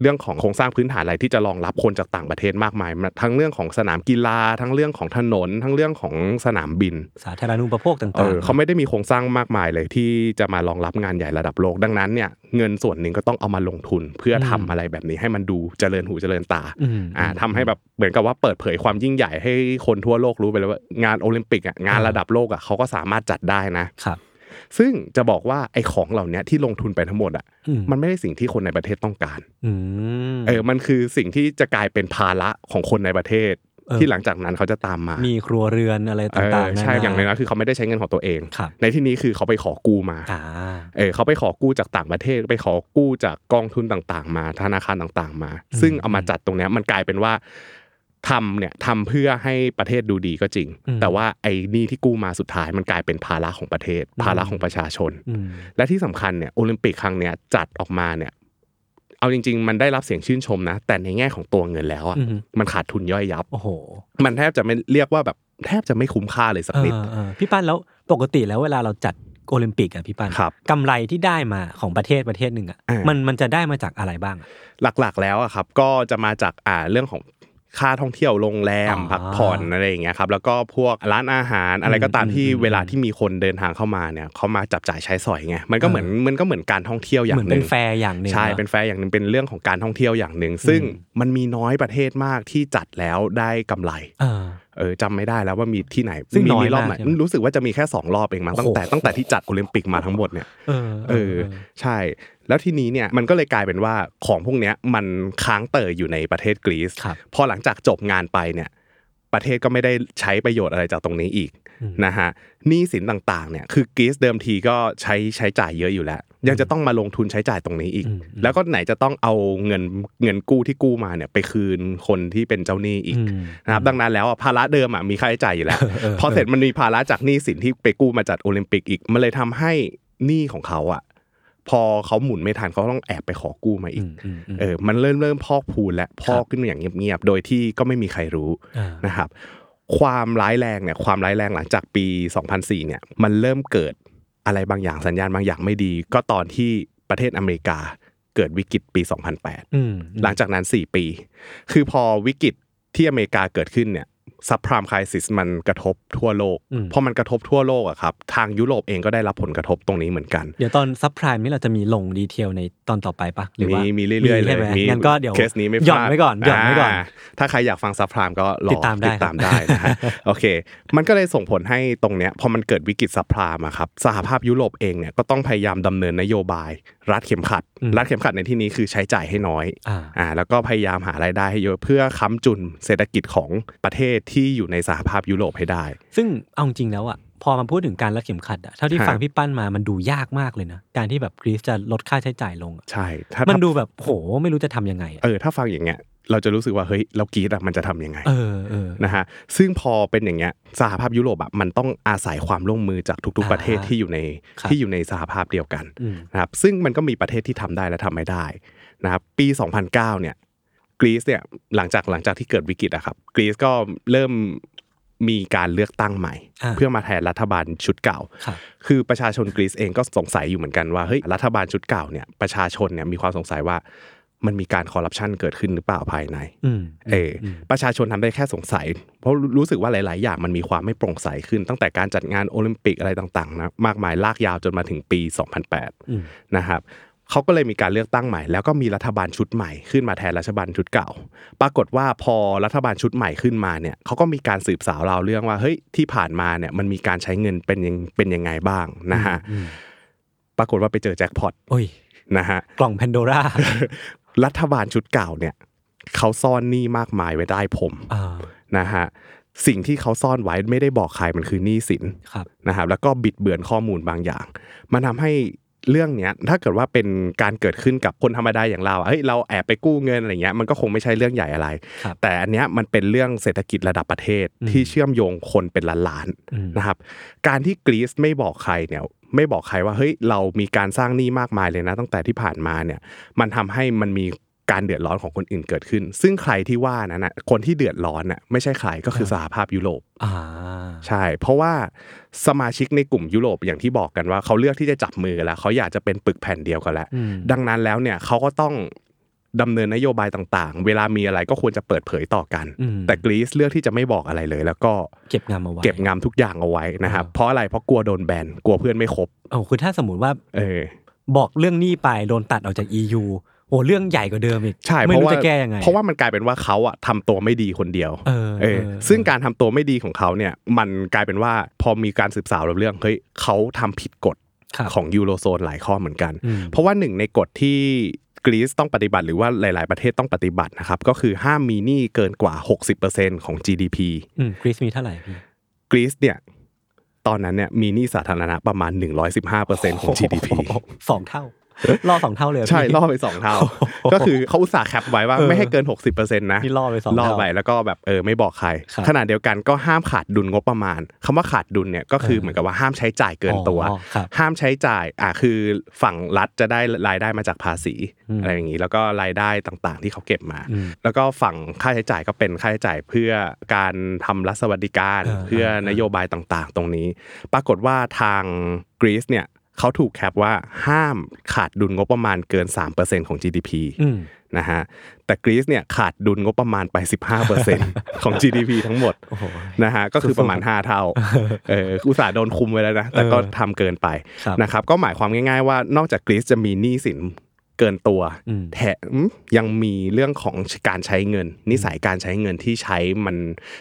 B: เรื่องของโครงสร้างพื้นฐานอะไรที่จะรองรับคนจากต่างประเทศมากมาย ทั้งเรื่องของสนามกีฬา ทั้งเรื่องของถนน ทั้งเรื่องของสนามบิน
D: สาธารณูปโภค
B: เอ
D: ต่าง
B: อ
D: ๆ
B: เขาไม่ได้มีโครงสร้างมากมายเลยที่จะมารองรับงานใหญ่ระดับโลก ดังนั้นเนี่ยเงินส่วนหนึ่งก็ต้องเอามาลงทุนเพื่อทำ
D: อืม
B: อะไรแบบนี้ให้มันดูเจริญหูเจริญตา
D: อืม
B: อ่าทำให้แบบเหมือนกับว่าเปิดเผยความยิ่งใหญ่ให้คนทั่วโลกรู้ไปเลยว่างานโอลิมปิกอ่ะงานระดับโลกอ่ะเขาก็สามารถจัดได้นะ
D: ครับ
B: ซึ่งจะบอกว่าไอ้ของเหล่าเนี้ยที่ลงทุนไปทั้งหมดอ่ะ
D: อืม
B: มันไม่ได้สิ่งที่คนในประเทศต้องการ
D: อืม
B: เออมันคือสิ่งที่จะกลายเป็นภาระของคนในประเทศ
D: เออ
B: ที่หลังจากนั้นเขาจะตามมา
D: มีครัวเรือนอะไร
B: เอ
D: ต่า
B: อง
D: ๆ
B: ใช่
D: น
B: อย่างน้อยๆคือเขาไม่ได้ใช้เงินของตัวเอง
D: ครับ
B: ในที่นี้คือเขาไปขอกู้มา
D: อ่า
B: เออเขาไปขอกู้จากต่างประเทศไปขอกู้จากกองทุนต่างๆ มาธนาคารต่างๆ มา
D: อืม
B: ซึ่งเอามาจัดตรงเนี้ยมันกลายเป็นว่าทำเนี่ยทำเพื่อให้ประเทศดูดีก็จริง แต่ว่าไอ้หนี่ที่กู้มาสุดท้ายมันกลายเป็นภาระของประเทศ ภาระของประชาชน
D: อืม
B: และที่สำคัญเนี่ยโอลิมปิกครั้งเนี้ยจัดออกมาเนี่ยเอาจริง ๆ มันได้รับเสียงชื่นชมนะ แต่ในแง่ของตัวเงินแล้วอ่ะ
D: อือฮึ
B: มันขาดทุนย่อยยับ
D: โอ้โห
B: มันแทบจะไม่เรียกว่าแบบแทบจะไม่คุ้มค่าเลยสักนิด
D: เออเออพี่ปั้นแล้วปกติแล้วเวลาเราจัดโอลิมปิกอะพี่ปั้น
B: ครับ
D: กำไรที่ได้มาของประเทศประเทศหนึ่งอะ
B: อ่ามั
D: มันมันจะได้มาจากอะไรบ้างอะ
B: หลักๆแล้วอะครับก็จะมาจากอ่าเรื่องของค่าท่องเที่ยวโรงแรม
D: อ๋อ
B: พักผ่อนอะไรอย่างเงี้ยครับแล้วก็พวกร้านอาหารอะไรก็ตาม
D: อืม
B: ที่
D: อืม
B: เวลาที่มีคนเดินทางเข้ามาเนี่ยเขามาจับจ่ายใช้สอยไงมันก็เหมือนมันก็เหมือนการท่องเที่ยวอย่า
D: เหมื
B: ง
D: อ
B: ห
D: นเป็
B: นึ่
D: น
B: ง
D: แฟร์อย่างหนึ่ง
B: ใช่
D: เนอะ
B: เป็นแฟร์อย่างหนึ่งเป็นเรื่องของการท่องเที่ยวอย่างหนึ่ง ซึ่ง
D: อืม
B: มันมีน้อยประเทศมากที่จัดแล้วได้กำไร
D: เออ
B: เออจำไม่ได้แล้วว่ามีที่ไหน
D: ซึ่ง
B: มี
D: น้อย
B: มีรอบไหน
D: มากใช่ไหม
B: รู้สึกว่าจะมีแค่สองรอบเองมั้งตั้งแต่
D: โอ้โห
B: ตั้งแต่ที่จัดโอลิมปิกมาทั้งหมดเนี่ย
D: เออ
B: เออใช่ แล้วทีนี้เนี่ยมันก็เลยกลายเป็นว่าของพวกเนี้ยมันค้างเต่ออยู่ในประเทศกรีซ
D: ครับ
B: พอหลังจากจบงานไปเนี่ยประเทศก็ไม่ได้ใช้ประโยชน์อะไรจากตรงนี้อีก
D: อืม
B: นะฮะหนี้สินต่างๆเนี่ยคือกรีซเดิมทีก็ใช้ใช้จ่ายเยอะอยู่แล้ว ยังจะต้องมาลงทุนใช้จ่ายตรงนี้อีก แล้วก็ไหนจะต้องเอาเงินเงินกู้ที่กู้มาเนี่ยไปคืนคนที่เป็นเจ้าหนี้อีก
D: อืม
B: นะครับดังนั้นแล้วอ่ะภาระเดิมอ่ะมีค่าใช้จ่ายอยู่แล้ว
D: เออ
B: พอเสร็จมันมีภาระจากหนี้สินที่ไปกู้มาจัดโอลิมปิกอีก มันเลยทำให้หนี้ของเขาอ่ะ พอเขาหมุนไม่ทันเขาต้องแอบไปขอกู้มาอี
D: อื
B: ก
D: มอืมอืม
B: เออมันเริ่มเริ่มพอกพูนและพอกขึ้นมาอย่างเงียบๆโดยที่ก็ไม่มีใครรู้
D: อ่า
B: นะครับ ความร้ายแรงเนี่ยความร้ายแรงหลังจากปี 2004 เนี่ย มันเริ่มเกิดอะไรบางอย่างสัญญาณบางอย่างไม่ดี ก็ตอนที่ประเทศอเมริกาเกิดวิกฤตปี 2008
D: อืม
B: หลังจากนั้น 4 ปี คือพอวิกฤตที่อเมริกาเกิดขึ้นเนี่ยซับพรามคริสิสมันกระทบทั่วโลก พอมันกระทบทั่วโลกอะครับ ทางยุโรปเองก็ได้รับผลกระทบตรงนี้เหมือนกัน
D: เดี๋ยวตอนซับไพรม์นี่เราจะมีลงดีเทลในตอนต่อไปปะหรือว่า
B: มีมี
D: มี
B: เรื่อยๆเล
D: ใช่
B: ย
D: ไหม
B: มี
D: งั้นก็เดี๋ยว
B: เคสนี้ไม่พลาด
D: หย่อนไว้ก่อนหย่อนไว้ก่อน
B: าถ้าใครอยากฟังซับพรามก็รอ
D: ติดตามได้
B: ติดตามได้นะ ฮะ โอเค มันก็เลยส่งผลให้ตรงเนี้ยพอมันเกิดวิกฤตซับพรามอะครับสหภาพยุโรปเองเนี่ยก็ต้องพยายามดำเนินนโยบาย รัดเข็มขัด รัดเข็มขัดในที่นี้คือใช้จ่ายให้น้อย
D: อ่า
B: อ่าแล้วก็พยายามหารายได้ให้เยอะเพื่อค้ำจุนเศรษฐกิจของประเทศที่อยู่ในสหภาพยุโรปให้ได้
D: ซึ่งเอาจริงแล้วอ่ะพอมาพูดถึงการรัดเข็มขัดอะเท่าที่
B: ฮะ
D: ฟังพี่ปั้นมามันดูยากมากเลยนะ การที่แบบกรีซจะลดค่าใช้จ่ายลงอะ
B: ใช่ถ้า
D: มัน
B: ถ้า
D: ดูแบบโหไม่รู้จะทำยังไงอะ
B: เออถ้าฟังอย่างเงี้ยเราจะรู้สึกว่าเฮ้ยเรากรีดอะมันจะทำยังไง
D: เออเออ
B: นะฮะซึ่งพอเป็นอย่างเงี้ยสหภาพยุโรปอะมันต้องอาศัยความร่วมมือจากทุก ๆ ประเทศ
D: อ่า
B: ที่อยู่ใน
D: ครับ
B: ที่อยู่ในสหภาพเดียวกัน
D: อืม
B: นะครับซึ่งมันก็มีประเทศที่ทำได้และทำไม่ได้นะครับปี 2009เนี่ยกรีซเนี่ยหลังจากหลังจากที่เกิดวิกฤตอะครับกรีซก็เริ่มมีการเลือกตั้งใหม่
D: อ่า
B: เพื่อมาแทนรัฐบาลชุดเก่า
D: ครับ
B: คือประชาชนกรีซเองก็สงสัยอยู่เหมือนกันว่าเฮ้ยรัฐบาลชุดเก่าเนี่ยประชาชนเนี่ยมีความสงสัยว่ามันมีการคอร์รัปชันเกิดขึ้นหรือเปล่าภายใน
D: อืม
B: เอออประชาชนทำได้แค่สงสัย เพราะรู้สึกว่าหลาย ๆ อย่างมันมีความไม่โปร่งใสขึ้น ตั้งแต่การจัดงานโอลิมปิกอะไรต่าง ๆ นะมากมายลากยาวจนมาถึงปี
D: อืม
B: 2008 นะครับ เขาก็เลยมีการเลือกตั้งใหม่ แล้วก็มีรัฐบาลชุดใหม่ขึ้นมาแทนรัฐบาลชุดเก่า ปรากฏว่าพอรัฐบาลชุดใหม่ขึ้นมาเนี่ยเขาก็มีการสืบสาวราวเรื่องว่าเฮ้ยที่ผ่านมาเนี่ยมันมีการใช้เงินเป็นยังเป็นยังไงบ้างนะฮะปรากฏว่าไปเจอแจ็คพอต
D: โอ้ย
B: นะฮะ
D: กล่องแพนโดร่า
B: รัฐบาลชุดเก่าเนี่ยเขาซ่อนหนี้มากมายไว้ใต้ผม
D: อ่า
B: นะฮะสิ่งที่เขาซ่อนไว้ไม่ได้บอกใครมันคือหนี้สิน
D: ครับ
B: นะครับแล้วก็บิดเบือนข้อมูลบางอย่าง มันทำให้เรื่องเนี้ยถ้าเกิดว่าเป็นการเกิดขึ้นกับคนธรรมดาอย่างเราอะเฮ้ยเราแอบไปกู้เงินอะไรเงี้ยมันก็คงไม่ใช่เรื่องใหญ่อะไร
D: ครับ
B: แต่อันเนี้ยมันเป็นเรื่องเศรษฐกิจระดับประเทศ
D: อืม
B: ที่เชื่อมโยงคนเป็นล้านๆ
D: อืม
B: นะครับการที่กรีซไม่บอกใครเนี่ยไม่บอกใครว่าเฮ้ยเรามีการสร้างหนี้มากมายเลยนะ ตั้งแต่ที่ผ่านมาเนี่ยมันทำให้มันมีการเดือดร้อนของคนอื่นเกิดขึ้น ซึ่งใครที่ว่านั้นนะคนที่เดือดร้อนน่ะไม่ใช่ใครก็คือ
D: ครับ
B: สหภาพยุโรป
D: อ่า
B: ใช่ เพราะว่าสมาชิกในกลุ่มยุโรปอย่างที่บอกกันว่าเขาเลือกที่จะจับมือกันแล้วเขาอยากจะเป็นปึกแผ่นเดียวกันแล้ว
D: อืม
B: ดังนั้นแล้วเนี่ยเขาก็ต้องดำเนินนโยบายต่างๆ เวลามีอะไรก็ควรจะเปิดเผยต่อกัน
D: อืม
B: แต่กรีซเลือกที่จะไม่บอกอะไรเลยแล้วก็
D: เก็บงำเอาไว้
B: เก็บงามทุกอย่างเอาไว้นะครับ
D: อ่า
B: เพราะอะไร เพราะกลัวโดนแบน กลัวเพื่อนไม่ครบ
D: โอ้คือถ้าสมมติว่า
B: เออ
D: บอกเรื่องหนี้ไปโดนตัดออกจาก EU โอ้เรื่องใหญ่กว่าเดิมอีก
B: ใช่
D: ไม่
B: เพราะ
D: รู้
B: ว่า
D: จะแก้ยังไง
B: เพราะว่ามันกลายเป็นว่าเขาอะทำตัวไม่ดีคนเดียว
D: เออเออ
B: ซึ่งการทำตัวไม่ดีของเขาเนี่ย มันกลายเป็นว่าพอมีการสืบสาวเรื่อง เฮ้ยเขาทำผิดกฎ
D: ครับ
B: ของยูโรโซนหลายข้อเหมือนกัน
D: อืม
B: เพราะว่าหนึ่งในกฎที่กรีซต้องปฏิบัติหรือว่าหลาย ๆ ประเทศต้องปฏิบัตินะครับ ก็คือห้ามมีหนี้เกินกว่า 60%ของ GDP
D: อืมกรีซมีเท่าไหร่พี่
B: กรีซเนี่ย ตอนนั้นเนี่ยมีหนี้สาธารณะประมาณ 115%ของ GDP
D: สองเท่า ล่อสองเท่าเลยอะ
B: ใช่
D: พี่
B: ล่อไปสองเท่า ก็คือเขาอุตส่าห์แคปไว้ว่า
D: เออ
B: ไม่ให้เกิน 60%นะ
D: นี่ล่อไปสองเท่า
B: ล่อไปแล้วก็แบบเออไม่บอกใคร
D: ครับ
B: ขณะเดียวกันก็ห้ามขาดดุลงบประมาณคำว่าขาดดุลเนี่ยก็คือ
D: เออ
B: เหมือนกับว่าห้ามใช้จ่ายเกินตัว
D: อ๋อครับ
B: ห้ามใช้จ่ายอ่ะคือฝั่งรัฐจะได้รายได้มาจากภาษี
D: อืม
B: อะไรอย่างนี้แล้วก็รายได้ต่างๆ ที่เขาเก็บมา
D: อืม
B: แล้วก็ฝั่งค่าใช้จ่ายก็เป็นค่าใช้จ่ายเพื่อการทำรัฐสวัสดิการ
D: เออ
B: เพื่อนโยบายต่างๆ ตรงนี้ ปรากฏว่าทางกรีซเนี่ยเขาถูกแคปว่าห้ามขาดดุลงบประมาณเกิน 3%ของ GDP
D: อืม
B: นะฮะแต่กรีซเนี่ยขาดดุลงบประมาณไป 15%ของ GDP ทั้งหมด
D: โอ้โห
B: นะฮะก็คือประมาณ 5 เท่าเอออุตสาห์โดนคุมไว้แล้วนะ แต่ก็ทำเกินไป
D: ครับ
B: นะครับก็หมายความง่ายๆว่านอกจากกรีซจะมีหนี้สินเกินตัว
D: อืม
B: แถมยังมีเรื่องของการใช้เงิน นิสัยการใช้เงินที่ใช้มัน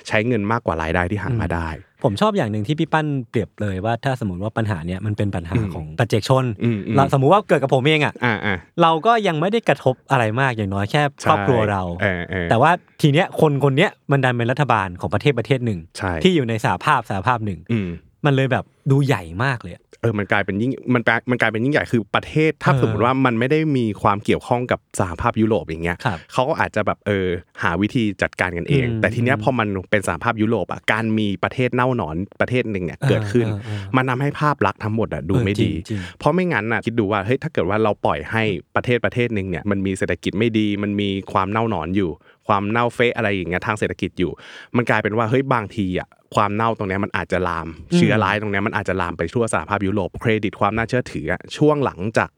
B: ใช้เงินมากกว่ารายได้ที่หามาได้
D: ผมชอบอย่างหนึ่งที่พี่ปั้นเปรียบเลยว่าถ้าสมมติว่าปัญหาเนี้ยมันเป็นปัญหา
B: อืม
D: ของปัจเจกชน
B: อืมอืม
D: เราสมมุติว่าเกิดกับผมเองอ่ะ
B: อ่าอ่า
D: เราก็ยังไม่ได้กระทบอะไรมากอย่างน้อยแค่ครอบครัวเรา
B: ใช่ออเออ
D: แต่ว่าทีเนี้ยคนคนเนี้ยมันดันเป็นรัฐบาลของประเทศประเทศหนึ่ง
B: ใช่
D: ที่อยู่ในสหภาพสหภาพหนึ่ง
B: อืม
D: มันเลยแบบดูใหญ่มากเลยอะ
B: เออมันกลายเป็นยิ่งมันแปลมันกลายเป็นยิ่งใหญ่คือประเทศถ้า
D: เออ
B: สมมติว่ามันไม่ได้มีความเกี่ยวข้องกับสหภาพยุโรปอย่างเงี้ย
D: ครับ
B: เขาก็อาจจะแบบเออหาวิธีจัดการกันเอง
D: อืม
B: แต่ทีเนี้ยพอมันเป็นสหภาพยุโรปอ่ะการมีประเทศเน่าหนอนประเทศหนึ่งเนี่ย
D: เออ
B: เกิดขึ้น
D: เออเออ
B: มันทำให้ภาพลักษณ์ทั้งหมดอ่ะดูไม่ดี
D: เออจริง
B: เพราะไม่งั้นน่ะคิดดูว่าเฮ้ยถ้าเกิดว่าเราปล่อยให้ประเทศประเทศหนึ่งเนี่ยมันมีเศรษฐกิจไม่ดี มันมีความเน่าหนอนอยู่ ความเน่าเฟะอะไรอย่างเงี้ยทางเศรษฐกิจอยู่ มันกลายเป็นว่าเฮ้ยบางทีอ่ะความเน่าตรงเนี้ยมันอาจจะลาม
D: อืม
B: เชื้อร้ายตรงเนี้ยมันอาจจะลามไปทั่วสหภาพยุโรปเครดิตความน่าเชื่อถืออะช่วงหลังจาก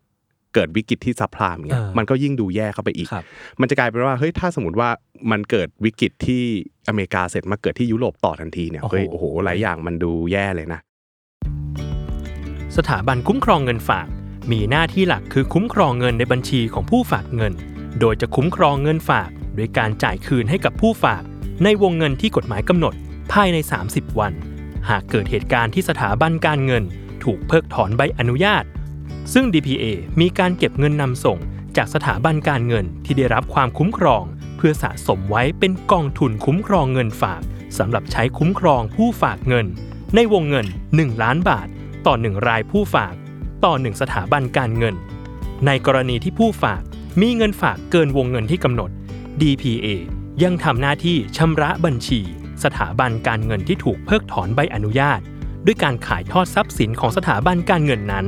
B: เกิดวิกฤตที่ซับไพลายเงี้ยมันก็ยิ่งดูแย่เข้าไปอีก
D: ครับ
B: มันจะกลายเป็นว่าเฮ้ยถ้าสมมติว่ามันเกิดวิกฤตที่อเมริกาเสร็จมาเกิดที่ยุโรปต่อทันทีเนี่ยเฮ้ยโอ้โหหลายอย่างมันดูแย่เลยนะ
A: สถาบันคุ้มครองเงินฝาก มีหน้าที่หลักคือคุ้มครองเงินในบัญชีของผู้ฝากเงิน โดยจะคุ้มครองเงินฝากโดยการจ่ายคืนให้กับผู้ฝาก ในวงเงินที่กฎหมายกำหนด ภายใน 30 วัน หากเกิดเหตุการณ์ที่สถาบันการเงิน ถูกเพิกถอนใบอนุญาต ซึ่ง DPA มีการเก็บเงินนำส่ง จากสถาบันการเงินที่ได้รับความคุ้มครอง เพื่อสะสมไว้เป็นกองทุนคุ้มครองเงินฝากสำหรับใช้คุ้มครองผู้ฝากเงิน ในวงเงิน 1 ล้านบาท ต่อ 1 รายผู้ฝาก ต่อ 1 สถาบันการเงิน ในกรณีที่ผู้ฝากมีเงินฝากเกินวงเงินที่กำหนด DPA ยังทำหน้าที่ชำระบัญชี สถาบันการเงินที่ถูกเพิกถอนใบอนุญาต ด้วยการขายทอดทรัพย์สินของสถาบันการเงินนั้น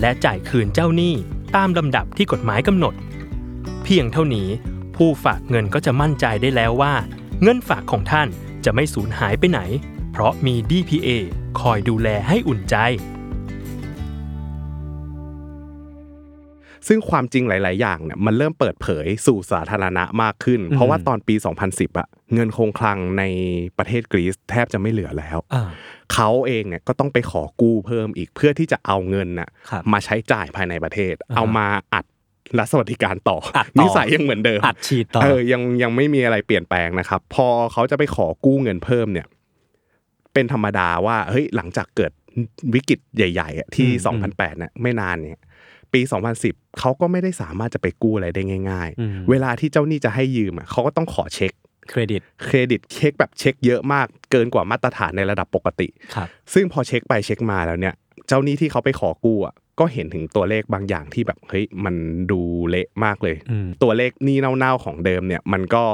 A: และจ่ายคืนเจ้าหนี้ตามลำดับที่กฎหมายกำหนด เพียงเท่านี้ ผู้ฝากเงินก็จะมั่นใจได้แล้วว่า เงินฝากของท่านจะไม่สูญหายไปไหน เพราะมี DPA คอยดูแลให้อุ่นใจ
B: ซึ่งความจริงหลาย ๆ อย่างเนี่ยมันเริ่มเปิดเผยสู่สาธารณะมากขึ้น เพราะว่าตอนปี 2010อะเงินคงคลังในประเทศกรีซแทบจะไม่เหลือแล้ว
D: อ่า
B: เขาเองเนี่ยก็ต้องไปขอกู้เพิ่มอีกเพื่อที่จะเอาเงินน่ะ
D: ครับ
B: มาใช้จ่ายภายในประเทศ
D: อ่าฮะ
B: เอามาอัด รัฐสวัสดิการต่อ
D: อัดต่อ
B: นิสัยยังเหมือนเดิม
D: อัดฉีดต่อ
B: เออยังยังไม่มีอะไรเปลี่ยนแปลงนะครับ พอเขาจะไปขอกู้เงินเพิ่มเนี่ย เป็นธรรมดาว่าเฮ้ยหลังจากเกิดวิกฤตใหญ่ๆอะที่ 2008เนี่ยไม่นานเนี่ย ปี 2010 เขาก็ไม่ได้สามารถจะไปกู้อะไรได้ง่าย
D: ม
B: ๆ เวลาที่เจ้าหนี้จะให้ยืมอะเขาก็ต้องขอเช็ค
D: เครดิต
B: เครดิตเช็คแบบเช็คเยอะมาก เกินกว่ามาตรฐานในระดับปกติ
D: ครับ
B: ซึ่งพอเช็คไปเช็คมาแล้วเนี่ย เจ้าหนี้ที่เขาไปขอกู้อ่ะก็เห็นถึงตัวเลขบางอย่างที่แบบเฮ้ยมันดูเละมากเลย
D: อืม
B: ตัวเลขหนี้เน่าๆของเดิมเนี่ย มันก็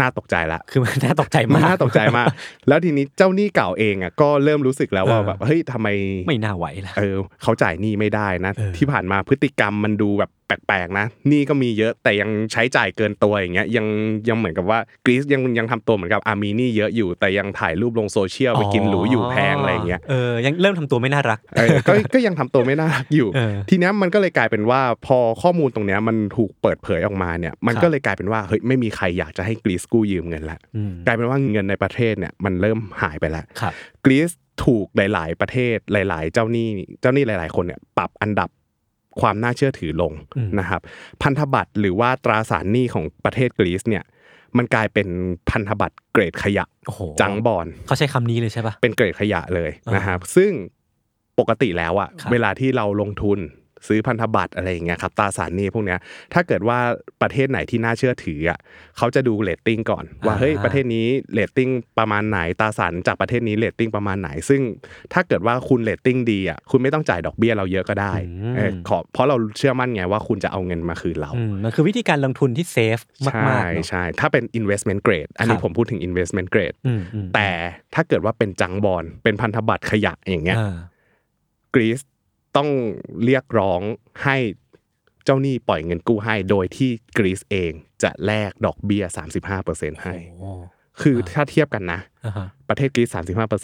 B: น่าตกใจละ
D: คือมัน น่าตกใจมาก
B: น่าตกใจ มาก แล้วทีนี้เจ้าหนี้เก่าเองอ่ะก็เริ่มรู้สึกแล้วว่า
D: เออ
B: แบบเฮ้ยทำไม
D: ไม่น่าไหวละ
B: เออเขาจ่ายหนี้ไม่ได้นะ
D: เออ
B: ที่ผ่านมาพฤติกรรมมันดูแบบแปลกๆนะหนี้ก็มีเยอะแต่ยังใช้จ่ายเกินตัวอย่างเงี้ยยังยังเหมือนกับว่ากรีซยังยังทำตัวเหมือนกับอามีหนี้เยอะอยู่ แต่ยังถ่ายรูปลงโซเชียลไปกินหรูอยู่แพงอะไรอย่างเงี้ย
D: เออยังเริ่มทำตัวไม่น่ารัก
B: เอ อก็ก็ยังทำตัวไม่น่ารักอยู่
D: เออ
B: ทีเนี้ยมันก็เลยกลายเป็นว่าพอข้อมูลตรงเนี้ยมันถูกเปิดเผยออกมาเนี่ยมัน
D: ครับ
B: ก็เลยกลายเป็นว่าเฮ้ยไม่มีใครอยากจะให้กรีซกู้ยืมเงินละ
D: อืม
B: กลายเป็นว่าเงินในประเทศเนี่ยมันเริ่มหายไปละ
D: ครับ
B: กรีซถูกหลาย ๆ ประเทศหลาย ๆ เจ้าหนี้เจ้าหนี้หลาย ๆ คนเนี่ยปรับอันดับความน่าเชื่อถือลงนะครับพันธบัตรหรือว่าตราสารหนี้ของประเทศกรีซเนี่ยมันกลายเป็นพันธบัตรเกรดขยะ
D: โอ้โห
B: จังบอล
D: เขาใช้คำนี้เลยใช่ปะ
B: เป็นเกรดขยะเลย
D: อ่าน
B: นะครับซึ่งปกติแล้วอะ
D: ครับ
B: เวลาที่เราลงทุนซื้อพันธบัตรอะไรอย่างเงี้ยครับตราสารหนี้พวกเนี้ยถ้าเกิดว่าประเทศไหนที่น่าเชื่อถืออะเขาจะดูเรตติ้งก่อน ว่าเฮ้ยประเทศนี้เรตติ้งประมาณไหนตราสารจากประเทศนี้เรตติ้งประมาณไหน ซึ่งถ้าเกิดว่าคุณเรตติ้งดีอะคุณไม่ต้องจ่ายดอกเบี้ยเราเยอะก็ได้เออขอเพราะเราเชื่อมั่นไงว่าคุณจะเอาเงินมาคืนเรา
D: อืมมันคือวิธีการลงทุนที่เซฟมาก
B: ใช่
D: ๆเนอะ
B: ใช่ถ้าเป็น investment grade อันนี้
D: ครับ
B: ผมพูดถึง investment grade
D: อืมอืม
B: แต่ถ้าเกิดว่าเป็นจังบอลเป็นพันธบัตรขยะอย่างเงี้ย
D: อ่าก
B: รีซต้องเรียกร้องให้เจ้าหนี้ปล่อยเงินกู้ให้โดยที่กรีซเองจะแลกดอกเบี้ย 35%ให้
D: โอ้โห
B: คือถ้าเทียบกันนะ
D: อ่าฮะ
B: ประเทศกรีซ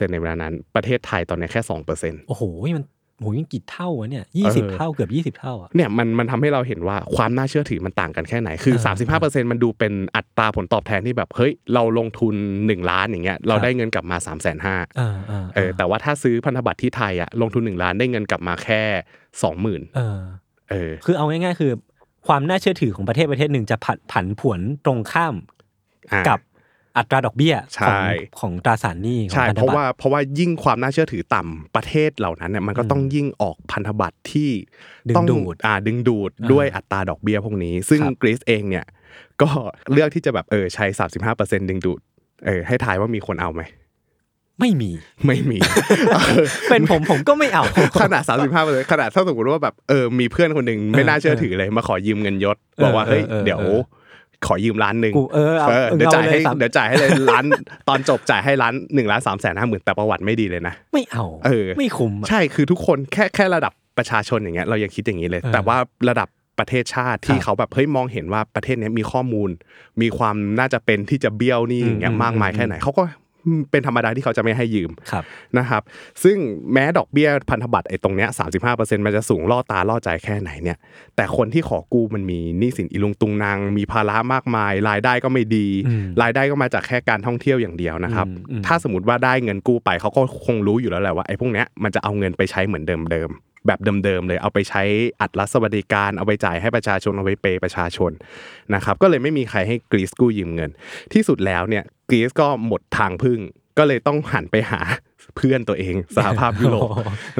B: 35%ในเวลานั้น ประเทศไทยตอนเนี้ยแค่ 2%
D: โอ้โหมันโหยิ่งกี่เท่าวะเนี่ยยี่สิบเท่าเกือบยี่สิบเท่าอ่ะ
B: เนี่ยมันมันทำให้เราเห็นว่าความน่าเชื่อถือมันต่างกันแค่ไหน คือ
D: เอ
B: 35%มันดูเป็นอัตราผลตอบแทนที่แบบเฮ้ยเราลงทุน 1 ล้านอย่างเงี้ยเรา
D: ครับ
B: ได้เงินกลับมา3 5 0 0 0
D: อ่าอ่า
B: เออแต่ว่าถ้าซื้อพันธบัตรที่ไทยอะลงทุน 1 ล้านได้เงินกลับมาแค่ 20,000
D: เออ
B: เออ
D: คือเอาง่ายๆ คือ ความน่าเชื่อถือของประเทศประเทศหนึ่งจะผันผันผวนตรงข้าม
B: อ่ะ
D: กับอัตราดอกเบี้ย
B: ใช่
D: ของของตราสารหนี้ของ
B: ใช่
D: พันธ
B: เพราะ
D: บั
B: ว่า
D: ตร
B: เพราะว่ายิ่งความน่าเชื่อถือต่ำประเทศเหล่านั้นเนี่ยมันก็ต้องยิ่งออกพันธบัตรที่
D: ดึง
B: ต้อง
D: ดูด
B: อ่าดึงดูด
D: อ่า
B: ด้วยอัตราดอกเบี้ยพวกนี้ ซึ่ง
D: ครับ
B: กรีซเองเนี่ย ก็เลือกที่จะแบบเออใช้ 35%ดึงดูดเออให้ทายว่ามีคนเอาไหม
D: ไม่มี
B: ไม่มี
D: เป็นผมผมก็ไม่เอา
B: ขนาด 35เปอร์เซ็นต์ขนาดถ้าสมมติว่าแบบเออมีเพื่อนคนหนึ่งไม่น่าเชื่อถือเลยมาขอยืมเงินยศบอกว่า
D: เออ
B: เฮ้ย
D: เออ
B: เดี๋ยว
D: เออ
B: ขอยืมล้านหนึ่ง
D: กูเออเอา
B: เดี๋ยว
D: เอา
B: จ่ายให้
D: เลยสาม
B: เดี๋ยวจ่ายให้ เลยล้าน ตอนจบจ่ายให้ล้านหนึ่งล้านสามแสนห้าหมื่นแต่ประวัติไม่ดีเลยนะ
D: ไม่เอา
B: เออ
D: ไม่คุ้มอะ
B: ใช่คือทุกคนแค่แค่ระดับประชาชนอย่างเงี้ยเรายังคิดอย่างนี้เลย
D: เออ
B: แต่ว่าระดับประเทศชาติที่
D: ครับ
B: เขาแบบเฮ้ยมองเห็นว่าประเทศเนี้ยมีข้อมูล มีความน่าจะเป็นที่จะเบี้ยวหนี่อย่างเงี้ย
D: อืม
B: มากมายแค่ไหนเขาก็เป็นธรรมดาที่เขาจะไม่ให้ยืม
D: ครับ
B: นะครับซึ่งแม้ดอกเบี้ยพันธบัตรไอ้ตรงเนี้ยสามันจะสูงล่อตาล่อใจแค่ไหนเนี่ยแต่คนที่ขอกู้มันมีหนี้สินอีลุงตุงนางมีภาระมากมาย รายได้ก็ไม่ดี
D: อืม
B: รายได้ก็มาจากแค่การท่องเที่ยวอย่างเดียวนะครับ
D: อืมอืม
B: ถ้าสมมติว่าได้เงินกู้ไปเขาก็คงรู้อยู่แล้วแหละว่าไอ้พวกเนี้ยมันจะเอาเงินไปใช้เหมือนเดิมเดิมๆแบบเดิมๆเลยเอาไปใช้อัดรัฐสวัสดิการเอาไปจ่ายให้ประชาชนเอาไปเปย์ประชาชนนะครับก็เลยไม่มีใครให้กรีซกู้ยืมเงิน ที่สุดแล้วเนี่ยกรีซก็หมดทางพึ่ง ก็เลยต้องหันไปหา เพื่อนตัวเองสหภาพยุโร ป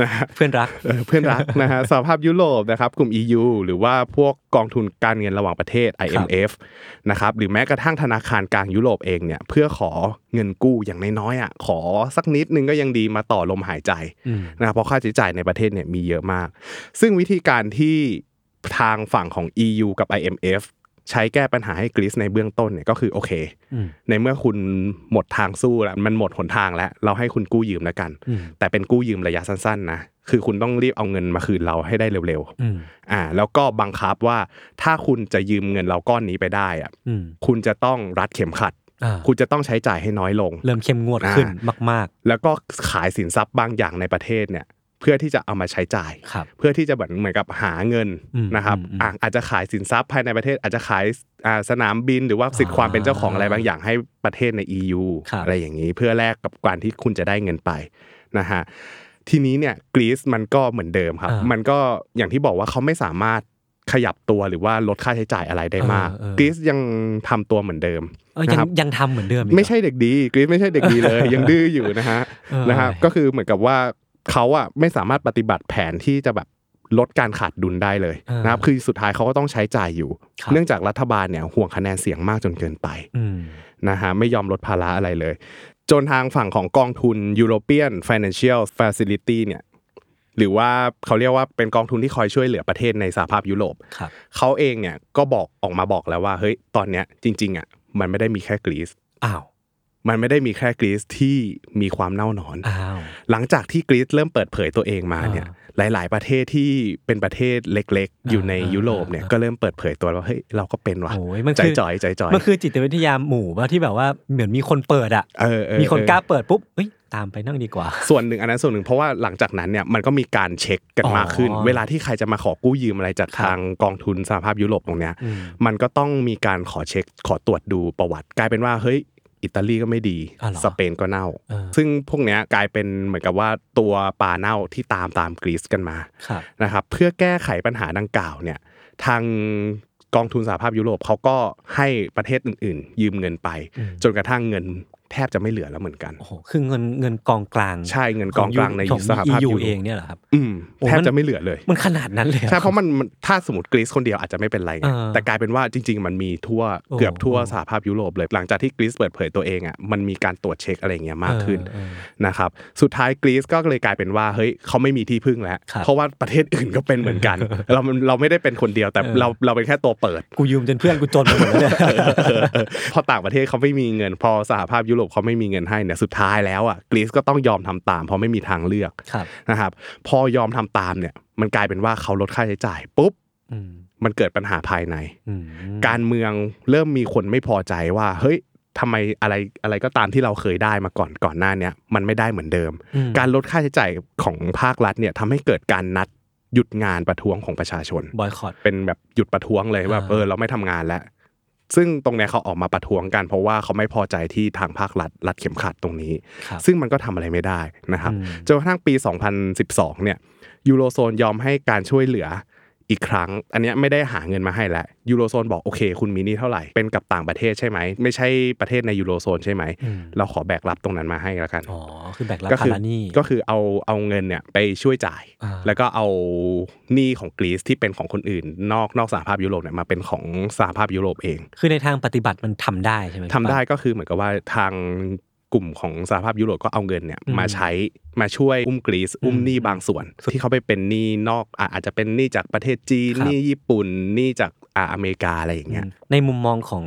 B: นะฮะ
D: เพื่อนรัก
B: เออเพื่อนรักนะฮะสหภาพยุโรปนะครับกลุ่ม EU หรือว่าพวกกองทุนการเงินระหว่างประเทศ IMF นะครับหรือแม้กระทั่งธนาคารกลางยุโรปเองเนี่ยเพื่อขอเงินกู้อย่างน้อยๆอ่ะขอสักนิดนึงก็ยังดีมาต่อลมหายใจ
D: อืม
B: นะครับเพราะค่าใช้จ่ายในประเทศเนี่ยมีเยอะมาก ซึ่งวิธีการที่ทางฝั่งของ EU กับ IMF ใช้แก้ปัญหาให้กรีซในเบื้องต้นเนี่ยก็คือโอเค
D: อืม
B: ในเมื่อคุณหมดทางสู้แล้วมันหมดหนทางแล้ว เราให้คุณกู้ยืมแล้วกัน
D: อืม
B: แต่เป็นกู้ยืมระยะสั้นๆนะคือคุณต้องรีบเอาเงินมาคืนเราให้ได้เร็ว
D: อืม
B: ๆอ่าแล้วก็บังคับว่าถ้าคุณจะยืมเงินเราก้อนนี้ไปได้อะ
D: อืม
B: คุณจะต้องรัดเข็มขัด
D: อ่า
B: คุณจะต้องใช้จ่ายให้น้อยลง
D: เริ่มเข้มงวดขึ้นมาก
B: แล้วก็ขายสินทรัพย์บางอย่างในประเทศเนี่ยเพื่อที่จะเอามาใช้จ่าย
D: ๆ ครับ
B: เพื่อที่จะเหมือนเหมือนกับหาเงิน
D: อืม
B: นะครับ
D: อืมอืม
B: อ่ะอาจจะขายสินทรัพย์ภายในประเทศ อาจจะขายอ่าสนามบินหรือว่าสิทธิ์ความเป็นเจ้าของอะไรบางอย่างให้ประเทศใน EU
D: ครับ
B: อะไรอย่างนี้ เพื่อแลกกับการที่คุณจะได้เงินไปนะฮะทีนี้เนี่ยกรีซมันก็เหมือนเดิมครับ มันก็อย่างที่บอกว่าเขาไม่สามารถ ขยับตัวหรือว่าลดค่าใช้จ่ายอะไรได้มาก
D: เออเออ
B: กรีซยังทำตัวเหมือนเดิม
D: เออ
B: นะ
D: ยัง
B: ครับ
D: ยังทำเหมือนเดิมอีกเหรอ
B: ไม่ใช่เด็กดีกรีซไม่ใช่เด็กดีเลย ยังดื้ออยู่นะฮะ
D: เออ
B: นะครับก็คือเหมือนกับว่าเขาอ่ะไม่สามารถปฏิบัติแผนที่จะแบบลดการขาดดุลได้เลย
D: เออ
B: นะครับคือสุดท้ายเขาก็ต้องใช้จ่ายอยู่
D: ครับ
B: เนื่องจากรัฐบาลเนี่ยห่วงคะแนนเสียงมากจนเกินไป
D: อืม
B: นะฮะไม่ยอมลดภาระอะไรเลย จนทางฝั่งของกองทุน European Financial Facility เนี่ยหรือว่าเขาเรียกว่าเป็นกองทุนที่คอยช่วยเหลือประเทศในสหภาพยุโรป
D: ครับ
B: เขาเองเนี่ยก็บอกออกมาบอกแล้วว่าเฮ้ยตอนเนี้ยจริงๆอ่ะมันไม่ได้มีแค่กรีซ
D: อ้าว
B: มันไม่ได้มีแค่กรีซที่มีความเน่าหนอน
D: อ้าว
B: หลังจากที่กรีซเริ่มเปิดเผยตัวเองมาเนี่ย หลาย ๆ ประเทศที่เป็นประเทศเล็ก ๆ อยู่ในยุโรปเนี่ยก็เริ่มเปิดเผยตัวแล้วว่าเฮ้ยเราก็เป็นว่ะ
D: โอ้ยมัน
B: ใจ
D: คือ
B: จ่อยใจจ่อย
D: มันคือจิตวิทยาหมู่ว่าที่แบบว่าเหมือนมีคนเปิดอ่ะ
B: เออเออ
D: มีคนกล้า
B: เอ
D: เปิดปุ๊บเอ้ยตามไปนั่งดีกว่า
B: อส่วนหนึ่งอันนั้นส่วนหนึ่งเพราะว่าหลังจากนั้นเนี่ยมันก็มีการเช็คกัน
D: อ๋อ
B: มากขึ้น เวลาที่ใครจะมาขอกู้ยืมอะไรจาก
D: ครับ
B: ทางกองทุนสหภาพยุโรปตรงเนี้ย
D: อืม
B: มันก็ต้องมีการขอเช็คขอตรวจดูประวัติ กลายเป็นว่าเฮ้ยอิตาลีก็ไม่ดี
D: อ่ะเหรอ
B: สเปนก็เน่า
D: เออ
B: ซึ่งพวกเนี้ยกลายเป็นเหมือนกับว่าตัวป่าเน่าที่ตามตามกรีซกันมา
D: ครับ
B: นะครับเพื่อแก้ไขปัญหาดังกล่าวเนี่ยทางกองทุนสหภาพยุโรปเขาก็ให้ประเทศอื่น ๆ ยืมเงินไป
D: อืม
B: จนกระทั่งเงินแทบจะไม่เหลือแล้วเหมือนกัน
D: โอ้โหคือเงินเงินกองกลาง
B: ใช่เงินกองกลางใน
D: ของ
B: สหภาพ
D: EU
B: ยุโรป
D: เองเนี่ยเหรอครับ
B: อืม
D: โอ้มัน
B: แทบจะไม่เหลือเลย
D: มันขนาดนั้นเลยหอ
B: ใช่เพราะมันมันถ้าสมมติกรีซคนเดียวอาจจะไม่เป็นไรไง
D: เออ
B: แต่กลายเป็นว่าจริง ๆ มันมีทั่ว
D: โอ้
B: เกือบทั่วสหภาพยุโรปเลยหลังจากที่กรีซเปิดเผยตัวเองอ่ะมันมีการตรวจเช็คอะไรอย่างเงี้ยมากขึ้น
D: เออ
B: นะครับสุดท้ายกรีซก็เลยกลายเป็นว่าเฮ้ยเขาไม่มีที่พึ่งแล้ว
D: ครับ
B: เพราะว่าประเทศอื่นก็เป็นเหมือน กัน เรามันเราไม่ได้เป็นคนเดียวแต่เราเราเป็นแค่ตัวเปิด
D: เออกูยืมจนเพื่อนกูจนไปหมดแล้วเนี่ย
B: พอต่างประเทศเขาไม่มีเงิน พอสหภาพยุโรปเขาไม่มีเงินให้เนี่ยสุดท้ายแล้วอ่ะกรีซก็ต้องยอมทำตามเพราะไม่มีทางเลือก
D: ครับ
B: นะครับพอยอมทำตามเนี่ยมันกลายเป็นว่าเขาลดค่าใช้จ่ายปุ๊บ
D: อืม
B: มันเกิดปัญหาภายใน
D: อืม
B: การเมืองเริ่มมีคนไม่พอใจว่าเฮ้ยทำไมอะไรอะไรก็ตามที่เราเคยได้มาก่อนก่อนหน้าเนี้ยมันไม่ได้เหมือนเดิม
D: อืม
B: การลดค่าใช้จ่ายของภาครัฐเนี่ยทำให้เกิดการนัดหยุดงานประท้วงของประชาชน
D: บอยคอต
B: เป็นแบบหยุดประท้วงเลยแบบ
D: อ่า
B: เออเราไม่ทำงานแล้ว ซึ่งตรงเนี้ยเขาออกมาประท้วงกัน เพราะว่าเขาไม่พอใจที่ทางภาครัฐรัดเข็มขัดตรงนี้
D: ครับ
B: ซึ่งมันก็ทำอะไรไม่ได้นะครับ
D: อืม
B: จนกระทั่งปี 2012 เนี่ยยูโรโซนยอมให้การช่วยเหลืออีกครั้ง อันเนี้ยไม่ได้หาเงินมาให้แล้วยูโรโซนบอกโอเค คุณมีหนี่เท่าไหร่ เป็นกับต่างประเทศใช่ไหม ไม่ใช่ประเทศในยูโรโซนใช่ไหม
D: อืม
B: เราขอแบกรับตรงนั้นมาให้แล้วกัน
D: อ๋อคือแบกรับ
B: ก็
D: ภา
B: คือ
D: ระหนี้
B: ก็คือเอาเอาเงินเนี่ยไปช่วยจ่าย
D: อ่า
B: แล้วก็เอาหนี้ของกรีซที่เป็นของคนอื่น นอกนอกสหภาพยุโรปเนี่ยมาเป็นของสหภาพยุโรปเอง
D: คือในทางปฏิบัติมันทำได้ใช่ไหม
B: ทำได้ก็คือเหมือนกับว่าทางกลุ่มของสหภาพยุโรปก็เอาเงินเนี่ย
D: อืม
B: มาใช้มาช่วยอุ้มกรีซอุ้มหนี้บางส่วน ที่เขาไปเป็นหนี้นอกอ่ะอาจจะเป็นหนี้จากประเทศจีน
D: ครับ
B: หนี้ญี่ปุ่นหนี้จากอ่ะอเมริกาอะไรอย่าง
D: อื
B: เงี้ย
D: มในมุมมองของ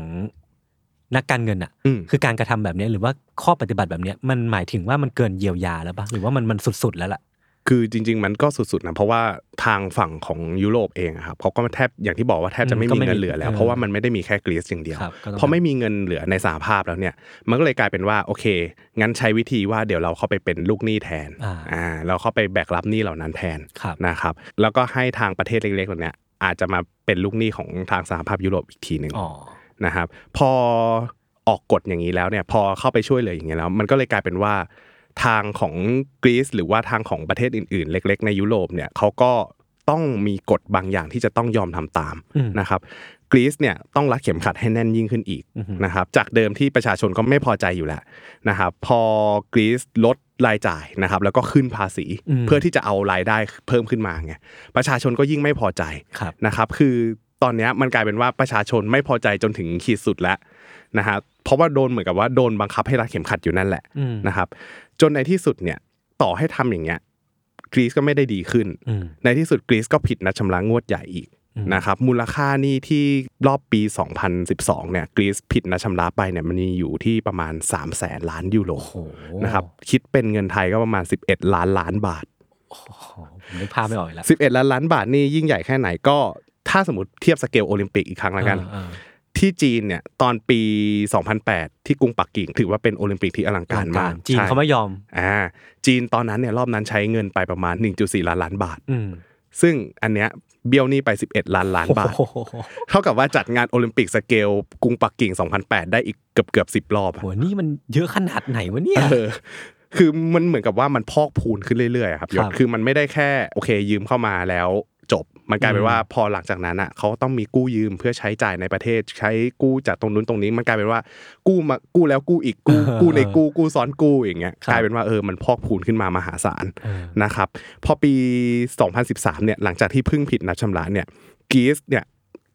D: นักการเงินอ่ะ
B: อืม
D: คือการกระทำแบบเนี้ยหรือว่าข้อปฏิบัติแบบเนี้ยมันหมายถึงว่ามันเกินเยียวยาแล้วปะหรือว่ามันมันสุดๆแล้วล่ะ
B: คือจริง ๆ มันก็สุดๆนะเพราะว่าทางฝั่งของยุโรปเองอะครับเขาก็แทบอย่างที่บอกว่าแทบจะไม่
D: อืมก็
B: มี
D: ไม่มี
B: เงินเหลือแล้ว
D: เออ
B: เพราะว่ามันไม่ได้มีแค่กรีซอย่างเดียว
D: ครับก็ต้อง
B: พอไม่มีเงินเหลือในสหภาพแล้วเนี่ย มันก็เลยกลายเป็นว่าโอเค งั้นใช้วิธีว่าเดี๋ยวเราเข้าไปเป็นลูกหนี้แทน
D: อ่า
B: อ่าเราเข้าไปแบกรับหนี้เหล่านั้นแทน
D: ครับ
B: นะครับแล้วก็ให้ทางประเทศเล็กๆเหล่าเนี้ยอาจจะมาเป็นลูกหนี้ของทางสหภาพยุโรปอีกทีหนึ่ง
D: อ๋อ
B: นะครับพอออกกฎอย่างนี้แล้วเนี่ยพอเข้าไปช่วยเหลืออย่างนี้แล้ว มันก็เลยกลายเป็นว่าทางของกรีซหรือว่าทางของประเทศอื่นๆ เล็ก ๆ ในยุโรปเนี่ยเขาก็ต้องมีกฎบางอย่างที่จะต้องยอมทำตาม
D: อืม
B: นะครับกรีซเนี่ยต้องรัดเข็มขัดให้แน่นยิ่งขึ้นอีก
D: อือฮึ
B: นะครับจากเดิมที่ประชาชนก็ไม่พอใจอยู่แล้วนะครับพอกรีซลดรายจ่ายนะครับแล้วก็ขึ้นภาษี
D: อืม
B: เพื่อที่จะเอารายได้เพิ่มขึ้นมาไงประชาชนก็ยิ่งไม่พอใจ
D: ครับ
B: นะครับ คือตอนเนี้ยมันกลายเป็นว่าประชาชนไม่พอใจจนถึงขีดสุดแล้วนะฮะเพราะว่าโดนเหมือนกับว่าโดนบังคับให้รัดเข็มขัดอยู่นั่นแหละ
D: อืม
B: นะครับ จนในที่สุดเนี่ยต่อให้ทำอย่างเงี้ยกรีซก็ไม่ได้ดีขึ้น
D: อืม
B: ในที่สุดกรีซก็ผิดนัดชำระงวดใหญ่อีก
D: อืม
B: นะครับมูลค่าหนี่ที่รอบปี 2012เนี่ยกรีซผิดนัดชำระไปเนี่ยมันมีอยู่ที่ประมาณ 3 0 0แสนล้านยูโร
D: โอ้โห
B: นะครับคิดเป็นเงินไทยก็ประมาณ 11 ล้านล้านบาท
D: โอ้โหผมนึกภาพไม่ออกอีกแล้ว
B: 11 ล้านล้านบาทนี่ยิ่งใหญ่แค่ไหนก็ ถ้าสมมติเทียบสเกลโอลิมปิกอีกครั้งละกัน
D: เออ
B: ที่จีนเนี่ยตอนปี 2008 ที่กรุงปักกิ่ง ถือว่าเป็นโอลิมปิกที่อลังการมาก
D: จีน
B: ใช่
D: เขาไม่ยอม
B: อ่าจีนตอนนั้นเนี่ยรอบนั้นใช้เงินไปประมาณ 1.4 ล้านล้านบาท
D: อืม
B: ซึ่งอันเนี้ยเบี้ยวหนี่ไป 11 ล้านล้านบาท
D: โอ้โห
B: เท่ากับว่าจัดงานโอลิมปิกสเกลกรุงปักกิ่ง 2008 ได้อีกเกือบเกือบสิบรอบอะ
D: โหนี่มันเยอะขนาดไหนวะเนี่ย
B: เออคือมันเหมือนกับว่ามันพอกพูนขึ้นเรื่อยๆอะครับย
D: ครั
B: ศ
D: บ
B: คือมันไม่ได้แค่โอเคยืมเข้ามาแล้ว จบ มันกลายเป็นว่าพอหลังจากนั้นอ่ะเขาต้องมีกู้ยืมเพื่อใช้จ่ายในประเทศ ใช้กู้จากตรงนู้นตรงนี้ มันกลายเป็นว่ากู้มากู้แล้วกู้อีกกู้
D: เออ
B: กู้ในกู้กู้ซ้อนกู้อย่างเงี้ย
D: ครับ
B: กลายเป็นว่าเออมันพอกพูนขึ้นมามหาศาล
D: เออ
B: นะครับพอปี 2013เนี่ยหลังจากที่เพึ่งผิดนัดชำระเนี่ยกรีซเนี่ย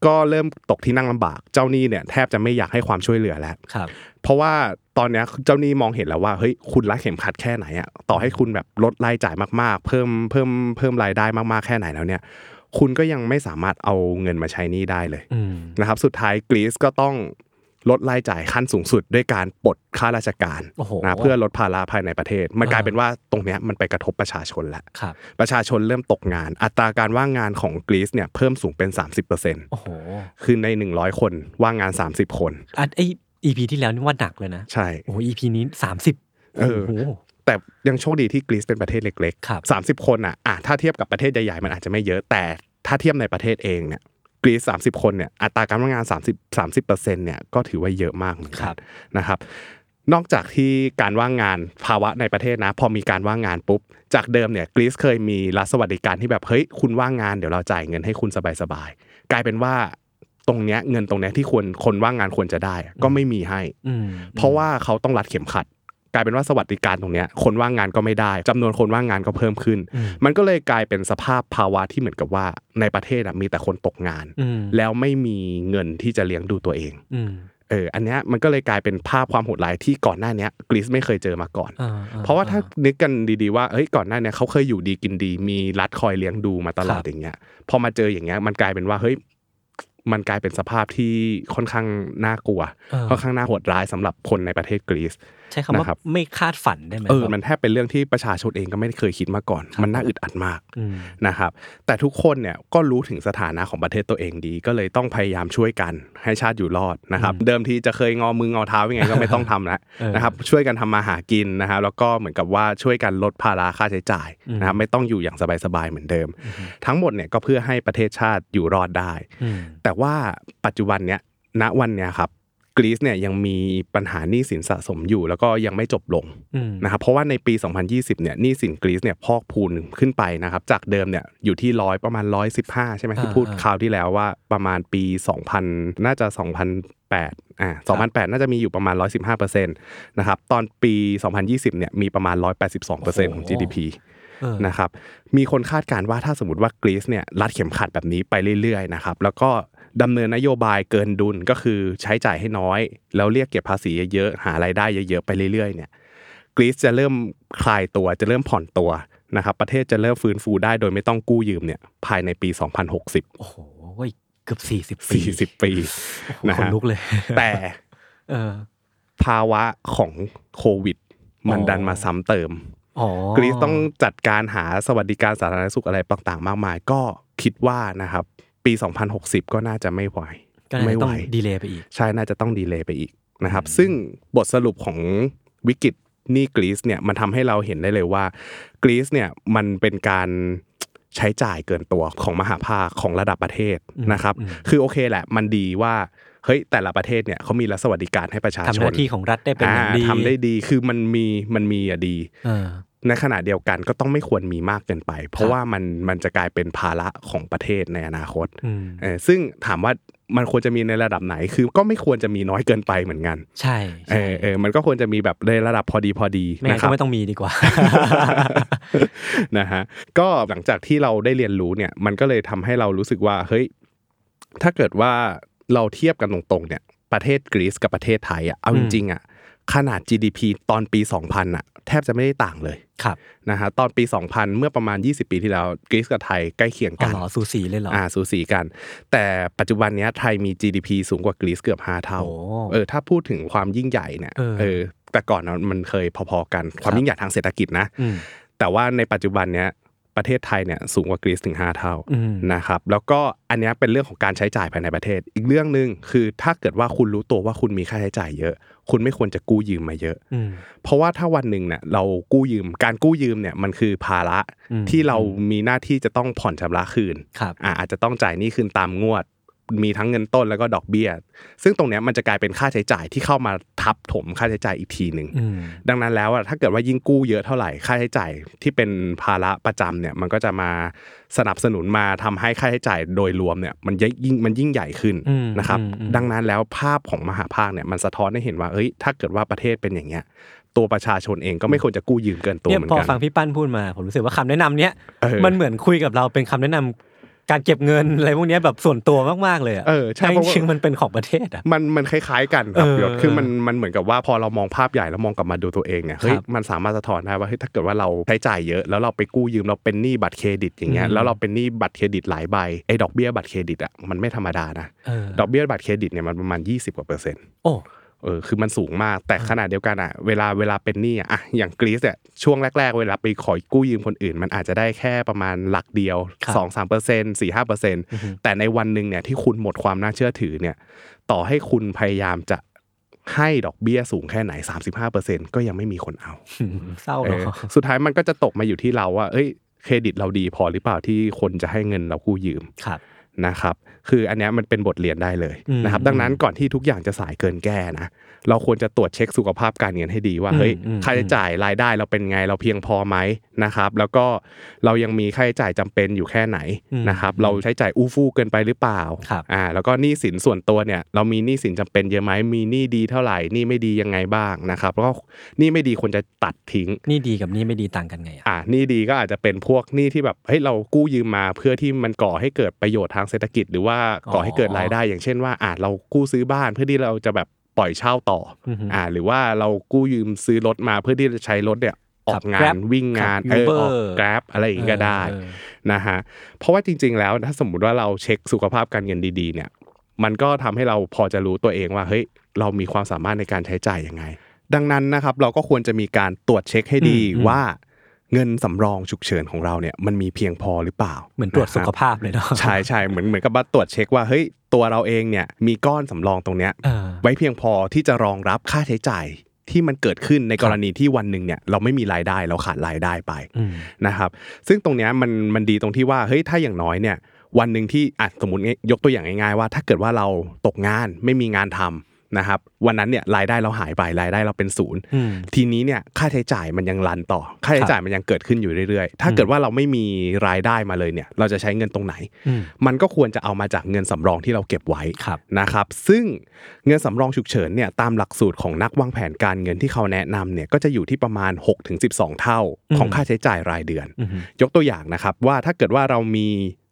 B: ก็เริ่มตกที่นั่งลำบาก เจ้าหนี้เนี่ยแทบจะไม่อยากให้ความช่วยเหลือแล้ว
D: ครับ
B: เพราะว่าตอนเนี้ยเจ้าหนี้มองเห็นแล้วว่าเฮ้ยคุณรัดเข็มขัดแค่ไหนอะต่อให้คุณแบบลดรายจ่ายมากๆ เพิ่มเพิ่มเพิ่มรายได้มากๆแค่ไหนแล้วเนี่ยคุณก็ยังไม่สามารถเอาเงินมาใช้หนี้ได้เลย
D: อืม
B: นะครับสุดท้ายกรีซก็ต้องลดรายจ่ายขั้นสูงสุดด้วยการปลดค่าราชการ
D: โอ้โห
B: นะเพื่อลดภาระภายในประเทศ มัน
D: อ่า
B: กลายเป็นว่าตรงเนี้ยมันไปกระทบประชาชนแล้ว
D: ครับ
B: ประชาชนเริ่มตกงาน อัตราการว่างงานของกรีซเนี่ยเพิ่มสูงเป็น
D: โอ้โห
B: 30%คือใน 100 คนว่างงาน 30 คน
D: อันไออีพีที่แล้วนี่ว่าหนักเลยนะ
B: ใช่
D: โอ้โหอีพีนี้สามสิบ
B: เออ
D: โอ้โห
B: แต่ยังโชคดีที่กรีซเป็นประเทศเล็ก
D: ครับ
B: ๆ 30 คนอ่ะอ่ะถ้าเทียบกับประเทศใหญ่ๆมันอาจจะไม่เยอะแต่ถ้าเทียบในประเทศเองเนี่ยกรีซ30 คนเนี่ยอัตราการว่างงาน 30 30เปอร์เซ็นต์เนี่ยก็ถือว่าเยอะมากเหมือน
D: ค
B: กั
D: รั
B: น
D: บ
B: นะครับนอกจากที่การว่างงานภาวะในประเทศนะ พอมีการว่างงานปุ๊บ จากเดิมเนี่ยกรีซเคยมีรัฐสวัสดิการที่แบบเฮ้ยคุณว่างงานเดี๋ยวเราจ่ายเงินให้คุณสบายๆกลายเป็นว่าตรงเนี้ยเงินตรงเนี้ยที่ควรคนว่างงานควรจะได้อะก็ไม่มีให้
D: อืม
B: เพราะว่าเขาต้องรัดเข็มขัด กลายเป็นว่าสวัสดิการตรงเนี้ยคนว่างงานก็ไม่ได้จำนวนคนว่างงานก็เพิ่มขึ้น
D: อืม
B: มันก็เลยกลายเป็นสภาพภาวะที่เหมือนกับว่าในประเทศอะมีแต่คนตกงาน
D: อืม
B: แล้วไม่มีเงินที่จะเลี้ยงดูตัวเอง
D: อืม
B: เออ อันเนี้ยมันก็เลยกลายเป็นภาพความโหดร้ายที่ก่อนหน้าเนี้ยกรีซไม่เคยเจอมาก่อน
D: อ่อ่
B: เพราะว่าถ้า
D: อ่
B: นึกกันดีๆว่าเฮ้ยก่อนหน้าเนี้ยเขาเคยอยู่ดีกินดี มีรัฐคอยเลี้ยงดูมาตลอด
D: ครับ
B: อย่างเงี้ย พอมาเจออย่างเงี้ยมันกลายเป็นว่าเฮ้ยมันกลายเป็นสภาพที่ค่อนข้างน่ากลัว
D: เออ
B: ค่อนข้างน่าโหดร้ายสำหรับคนในประเทศกรีซ
D: ใช้คำว่า
B: นะครับ
D: ไม่คาดฝันได้ไหม
B: เออ
D: ครับ
B: มันแทบเป็นเรื่องที่ประชาชนเองก็ไม่เคยคิดมาก่อน
D: ครับ
B: มันน่าอึดอัดมาก
D: อืม
B: นะครับแต่ทุกคนเนี่ยก็รู้ถึงสถานะของประเทศตัวเองดี ก็เลยต้องพยายามช่วยกันให้ชาติอยู่รอดนะครับเดิมทีจะเคยงอมืองอเท้ายังไงก็ไม่ต้องทำแล้ว
D: เออ
B: นะครับช่วยกันทำมาหากินนะครับแล้วก็เหมือนกับว่าช่วยกันลดภาระค่าใช้จ่าย
D: อืม
B: นะครับไม่ต้องอยู่อย่างสบายๆเหมือนเดิม ทั้งหมดเนี่ยก็เพื่อให้ประเทศชาติอยู่รอดได้
D: อืม
B: แต่ว่าปัจจุบันเนี้ยณวันเนี้ยครับกรีซเนี่ยยังมีปัญหาหนี้สินสะสมอยู่ แล้วก็ยังไม่จบลง
D: อืม
B: นะครับเพราะว่าในปี 2020 เนี่ยหนี้สินกรีซเนี่ยพอกพูนขึ้นไปนะครับจากเดิมเนี่ยอยู่ที่ร้อยประมาณ 115 ใช่ไหมที่
D: อ่า
B: พูด
D: อ่า
B: คราวที่แล้วว่าประมาณปี 2000 น่าจะ 2008อ่า2008 น่าจะมีอยู่ประมาณ 115%นะครับตอนปี 2020 เนี่ยมีประมาณ 182%ของ
D: โอ้โห
B: GDP
D: เออ
B: นะครับมีคนคาดการณ์ว่าถ้าสมมติว่ากรีซเนี่ยรัดเข็มขัดแบบนี้ไปเรื่อยๆนะครับแล้วก็ดำเนินนโยบายเกินดุลก็คือใช้จ่ายให้น้อย แล้วเรียกเก็บภาษีเยอะๆหารายได้เยอะๆไปเรื่อยๆเนี่ยกรีซจะเริ่มคลายตัวจะเริ่มผ่อนตัวนะครับประเทศจะเริ่มฟื้นฟูได้โดยไม่ต้องกู้ยืมเนี่ยภายในปี 2060
D: โอ้โหเว้ยเกือบสี่สิบปี
B: 40 ปีนะ
D: ขน
B: ฮะ
D: ลุกเลย
B: แต่
D: เออ
B: ภาวะของโควิด มัน
D: อ๋อ
B: ดันมาซ้ำเติม
D: อ๋อก
B: รีซต้องจัดการหาสวัสดิการสาธารณสุขอะไรต่างๆ มากมาย ก็คิดว่านะครับปี 2060 ก็น่าจะไม่ไหว
D: ก็เลย
B: ไม่
D: ต้
B: ไห
D: อ
B: ว
D: งดีเลย์ไปอีก
B: ใช่น่าจะต้องดีเลย์ไปอีกนะครับ ซึ่งบทสรุปของวิกฤตหนี้กรีซเนี่ยมันทำให้เราเห็นได้เลยว่ากรีซเนี่ยมันเป็นการใช้จ่ายเกินตัวของมหาภาคของระดับประเทศนะครับ
D: อืม
B: คือโอเคแหละ มันดีว่าเฮ้ยแต่ละประเทศเนี่ยเขามีรัฐสวัสดิการให้ประชาชน
D: ทำหน้าที่ของรัฐได้เป็นอย่างดี
B: อ่าทำได้ดีคือมันมีมันมีอะดี
D: เออ
B: ในขณะเดียวกันก็ต้องไม่ควรมีมากเกินไป เพ
D: ครั
B: ราะ
D: บ
B: ว่ามันมันจะกลายเป็นภาระของประเทศในอนาคต
D: อืม
B: เออซึ่งถามว่ามันควรจะมีในระดับไหนคือก็ไม่ควรจะมีน้อยเกินไปเหมือนกัน
D: ใช่
B: เอ
D: ใช่
B: อเออมันก็ควรจะมีแบบในระดับพอดีพอดี
D: ไม่งั้
B: นะ
D: น
B: ครั
D: ก็
B: บ
D: ไม่ต้องมีดีกว่า
B: นะฮะก็หลังจากที่เราได้เรียนรู้เนี่ยมันก็เลยทำให้เรารู้สึกว่าเฮ้ยถ้าเกิดว่าเราเทียบกันตรงๆเนี่ยประเทศกรีซกับประเทศไทยอ่ะเอา
D: อื
B: จ
D: ม
B: ริงๆอ่ะขนาด GDP ตอนปี 2000อ่ะแทบจะไม่ได้ต่างเลย
D: ครับ
B: นะฮะตอนปี 2000 เมื่อประมาณ 20 ปีที่แล้วกรีซกับไทยใกล้เคียง
D: อ๋อ
B: กัน
D: เหรอสูสีเลยเหรอ
B: อ่าสูสีกัน แต่ปัจจุบันเนี้ยไทยมี GDP สูงกว่ากรีซเกือบ 5
D: โอ้
B: เท่าเออถ้าพูดถึงความยิ่งใหญ่เนี่ย
D: เออ
B: เออแต่ก่อนน่ะมันเคยพอๆกันความ
D: ครับ
B: ยิ่งใหญ่ทางเศรษฐกิจนะ
D: อืม
B: แต่ว่าในปัจจุบันเนี้ยประเทศไทยเนี่ยสูงกว่ากรีซถึง 5 เท่า
D: อืม
B: นะครับแล้วก็อันเนี้ยเป็นเรื่องของการใช้จ่ายภายในประเทศ อีกเรื่องหนึ่งคือถ้าเกิดว่าคุณรู้ตัวว่าคุณมีค่าใช้จ่ายเยอะ คุณไม่ควรจะกู้ยืมมาเยอะ
D: อืม
B: เพราะว่าถ้าวันหนึ่งเนี่ยเรากู้ยืมการกู้ยืมเนี่ยมันคือภาระ
D: อืม
B: ที่เรามีหน้าที่จะต้องผ่อนชำระคืน
D: ครับ
B: อ่ะอาจจะต้องจ่ายหนี้คืนตามงวด มีทั้งเงินต้นแล้วก็ดอกเบี้ย ซึ่งตรงเนี้ยมันจะกลายเป็นค่าใช้จ่ายที่เข้ามาทับถมค่าใช้จ่ายอีกทีหนึ่ง
D: อืม
B: ดังนั้นแล้วอะถ้าเกิดว่ายิ่งกู้เยอะเท่าไหร่ค่าใช้จ่ายที่เป็นภาระประจำเนี่ยมันก็จะมาสนับสนุนมาทำให้ค่าใช้จ่ายโดยรวมเนี่ยมันยิ่งมันยิ่งใหญ่ขึ้น
D: อืม
B: นะครับ
D: อืมอืม
B: ดังนั้นแล้วภาพของมหาภาคเนี่ยมันสะท้อนให้เห็นว่าเอ้ยถ้าเกิดว่าประเทศเป็นอย่างเงี้ยตัวประชาชนเองก็ไม่ควรจะกู้ยืมเกินตัว
D: เนี่ย
B: เหมือ
D: พอน
B: กั
D: ฟัง
B: น
D: พี่ปั้นพูดมา ผมรู้สึกว่าคำแนะนำเนี้ย
B: เออ
D: มันเหมือนคุยกับเราเป็นคำแนะนำการเก็บเงินอะไรพวกเนี้ยแบบส่วนตัวมากๆเลยอะ
B: เออใช่
D: แต่จ
B: เพราะว่า
D: ริงๆมันเป็นของประเทศอ่ะ
B: มันมันคล้ายๆกันครับ
D: เออย
B: ศคือมันมันเหมือนกับว่าพอเรามองภาพใหญ่แล้วมองกลับมาดูตัวเองเนี่ยเฮ้
D: ค
B: ย
D: รับ
B: มันสามารถสะท้อนได้ว่าเฮ้ยถ้าเกิดว่าเราใช้จ่ายเยอะ แล้วเราไปกู้ยืมเราเป็นหนี้บัตรเครดิตอย่างเงี้ย
D: อืม
B: แล้วเราเป็นหนี้บัตรเครดิตหลายใบไอ้ดอกเบี้ยบัตรเครดิตอ่ะมันไม่ธรรมดานะ
D: เออ
B: ดอกเบี้ยบัตรเครดิตเนี่ยมันประมาณ 20กว่าเปอร์เซ็นต์
D: โอ้
B: เออคือมันสูงมากแต่ขนาดเดียวกันอ่ะเวลาเวลาเป็นหนี้อะอ่ะอย่างกรีซเนี่ยช่วงแรก ๆ เวลาไปขอกู้ยืมคนอื่น มันอาจจะได้แค่ประมาณหลักเดียว
D: ครับ
B: สองสามเปอร์เซ็นต์สี่ห้าเปอร์เซ็นต์
D: อือฮึ
B: แต่ในวันหนึ่งเนี่ยที่คุณหมดความน่าเชื่อถือเนี่ยต่อให้คุณพยายามจะให้ดอกเบี้ยสูงแค่ไหน 35%ก็ยังไม่มีคนเอา
D: เศร้า
B: เอ
D: เนาะ
B: อสุดท้ายมันก็จะตกมาอยู่ที่เราว่าเอ้ยเครดิตเราดีพอหรือเปล่าที่คนจะให้เงินเรากู้ยืม
D: ครับ
B: นะครับคืออันเนี้ยมันเป็นบทเรียนได้เลย
D: อืม
B: นะครับดังนั้นก่อนที่ทุกอย่างจะสายเกินแก้นะเราควรจะตรวจเช็คสุขภาพการเงินให้ดีว่า
D: อืม
B: เฮ้ย
D: อืม
B: ค่าใช้จ่ายรายได้เราเป็นไงเราเพียงพอไหมนะครับแล้วก็เรายังมีค่าใช้จ่ายจำเป็นอยู่แค่ไหนนะครับเราใช้จ่ายอู้ฟู่เกินไปหรือเปล่า
D: ครับ
B: อ่าแล้วก็หนี้สินส่วนตัวเนี่ยเรามีหนี้สินจำเป็นเยอะไหมมีหนี้ดีเท่าไหร่หนี้ไม่ดียังไงบ้างนะครับแล้วก็หนี้ไม่ดีควรจะตัดทิ้ง
D: นี่ดีกับนี่ไม่ดีต่างกันไงอ่ะ
B: อ่าหนี้ดีก็อาจจะเป็นพวกหนี้ที่แบบเฮ้ยเรากู้ยืมมาเพื่อที่มันก่อให้เกิดประโยชน์ทางเศรษฐกิจ หรือว่าก่อให้เกิดรายได้ อย่างเช่นว่าอ่าเรากู้ซื้อบ้านเพื่อที่เราจะแบบปล่อยเช่าต่ออ
D: อฮึ
B: อ่าหรือว่าเรากู้ยืมซื้อรถมาเพื่อที่จะใช้รถเนี่ยออ
D: ขั
B: ก
D: บ
B: งาน
D: Grab
B: วิ่งงาน
D: ขับ
B: เออออก
D: Uber
B: Grab อะไรอย่างงี้ก็ได้ นะฮะเพราะว่าจริง ๆ แล้วถ้าสมมุติว่าเราเช็คสุขภาพการเงินดีๆ เนี่ย มันก็ทำให้เราพอจะรู้ตัวเองว่าเฮ้ยเรามีความสามารถในการใช้จ่ายยังไง ดังนั้นนะครับเราก็ควรจะมีการตรวจเช็คให้ดี
D: อืมอืม
B: ว่า เงินสำรองฉุกเฉินของเราเนี่ยมันมีเพียงพอหรือเปล่า
D: เหมือนตรวจสุข
B: นะคบ
D: ภาพเลยเนาะ
B: ใช่ใช่เหมือนเหมือนกับว่าตรวจเช็คว่าเฮ้ยตัวเราเองเนี่ยมีก้อนสำรองตรงเนี้ย
D: เออ
B: ไว้เพียงพอที่จะรองรับค่าใช้จ่ายที่มันเกิดขึ้นในกรณีที่วันหนึ่งเนี่ยเราไม่มีรายได้เราขาดรายได้ไป
D: อืม
B: นะครับซึ่งตรงเนี้ยมันมันดีตรงที่ว่าเฮ้ยถ้าอย่างน้อยเนี่ยวันหนึ่งที่อ่ะสมมติยกตัวอย่างง่ายๆว่า ถ้าเกิดว่าเราตกงานไม่มีงานทำนะครับวันนั้นเนี่ยรายได้เราหายไปรายได้เราเป็นศูนย์
D: อืม
B: ทีนี้เนี่ยค่าใช้จ่ายมันยังรันต่อ ค่าใช้จ่ายมันยังเกิดขึ้นอยู่เรื่อยๆ ถ้าเกิดว่าเราไม่มีรายได้มาเลยเนี่ยเราจะใช้เงินตรงไหน
D: อืม
B: มันก็ควรจะเอามาจากเงินสำรองที่เราเก็บไว้
D: ครับ
B: นะครับซึ่งเงินสำรองฉุกเฉินเนี่ยตามหลักสูตรของนักวางแผนการเงินที่เขาแนะนำเนี่ยก็จะอยู่ที่ประมาณ 6-12 เท่าของค่าใช้จ่ายรายเดือน
D: อืม
B: ยกตัวอย่างนะครับว่าถ้าเกิดว่าเรามี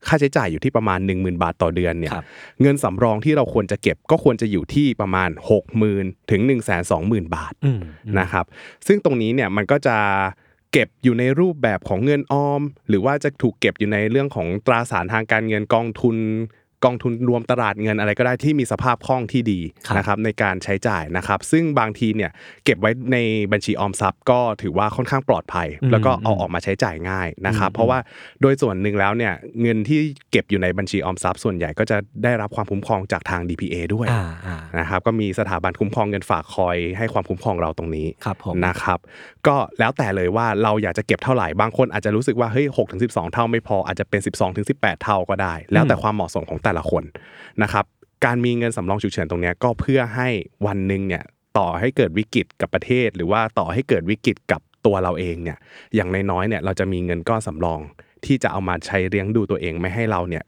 B: ค่าใช้จ่ายอยู่ที่ประมาณ 10,000 บาทต่อเดือนเนี่ย
D: ครับ
B: เงินสำรองที่เราควรจะเก็บก็ควรจะอยู่ที่ประมาณ 60,000ถึง120,000 บาท
D: อืม
B: นะครับซึ่งตรงนี้เนี่ยมันก็จะเก็บอยู่ในรูปแบบของเงินออม หรือว่าจะถูกเก็บอยู่ในเรื่องของตราสารทางการเงินกองทุน กองทุนรวมตลาดเงินอะไรก็ได้ที่มีสภาพคล่องที่ดีนะครับในการใช้จ่ายนะครับ ซึ่งบางทีเนี่ยเก็บไว้ในบัญชีออมทรัพย์ก็ถือว่าค่อนข้างปลอดภัย แล้วก็เอาออกมาใช้จ่ายง่ายนะครับ เพราะว่าโดยส่วนหนึ่งแล้วเนี่ยเงินที่เก็บอยู่ในบัญชีออมทรัพย์ส่วนใหญ่ก็จะได้รับความคุ้มครองจากทาง DPA ด้วย
D: อ่าอ่า
B: นะครับก็มีสถาบันคุ้มครองเงินฝากคอยให้ความคุ้มครองเราตรงนี้
D: ครับผม
B: นะครับก็แล้วแต่เลยว่าเราอยากจะเก็บเท่าไหร่บางคนอาจจะรู้สึกว่าเฮ้ยหกถึงสิบสองเท่าไม่พออาจจะเป็นสิบสองถึงสิบแปดเท่าก็ได้ แล้วแต่ความเหมาะสมของแต่ละคนนะครับการมีเงินสำรองฉุกเฉินตรงเนี้ยก็เพื่อให้วันหนึ่งเนี่ยต่อให้เกิดวิกฤตกับประเทศ หรือว่าต่อให้เกิดวิกฤตกับตัวเราเองเนี่ยอย่างน้อยๆเนี่ยเราจะมีเงินก้อนสำรองที่จะเอามาใช้เลี้ยงดูตัวเองไม่ให้เราเนี่ย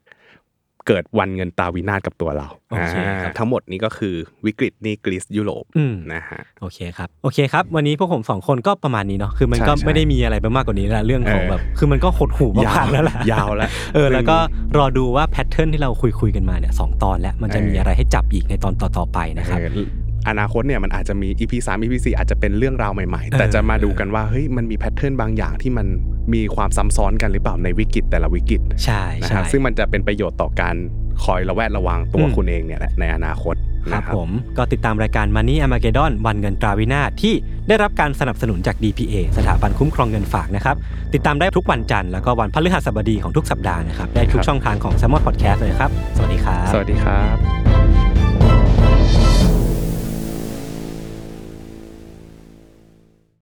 B: เกิดวันเงินตาวินาศกับตัวเรา
D: โอเคครับ
B: อ่าทั้งหมดนี้ก็คือวิกฤตหนี้กรีซยุโรป
D: อืม
B: นะฮะ
D: โอเคครับ โอเคครับ วันนี้พวกผมสองคนก็ประมาณนี้เนาะ คือมันก็
B: ใช่ใช่
D: ไม่ได้มีอะไรไปมากกว่านี้ละเรื่องของ
B: เออ
D: แบบ คือมันก็หดหูมากๆแล้วล่ะ
B: ยาวแล้ว
D: เออ แล้วก็รอดูว่าแพทเทิร์นที่เราคุยคุยๆกันมาเนี่ยสองตอนแล้ว มันจะมีอะไรให้จับอีกในตอนต่อๆไปนะครับ
B: เอออนาคตเนี่ยมันอาจจะมี EP 3 EP 4อาจจะเป็นเรื่องราวใหม่ๆ แต่จะมาดูกันว่าเฮ้ยมันมีแพทเทิร์นบางอย่างที่มันมีความซ้ำซ้อนกันหรือเปล่าในวิกฤตแต่ละวิกฤต
D: ใช่
B: นะ
D: ใช่
B: ฮะซึ่งมันจะเป็นประโยชน์ต่อการคอยระแวดระวังตัว
D: อืม
B: คุณเองเนี่ยแหละในอนาคต
D: ครั
B: นะ
D: บ
B: ครับ
D: ผมก็ติดตามรายการ Money a r m a g e d d o n วันเงินตราวินาศที่ได้รับการสนับสนุนจาก DPA สถาบันคุ้มครองเงินฝากนะครับ ติดตามได้ทุกวันจันทร์แล้วก็วันพฤหัสบดีของทุกสัปดาห์นะครับ ได้ทุกช่องทางของ s ซ m ม n Podcast เลยครับ สวัสดีครับ
B: สวัสดีครับ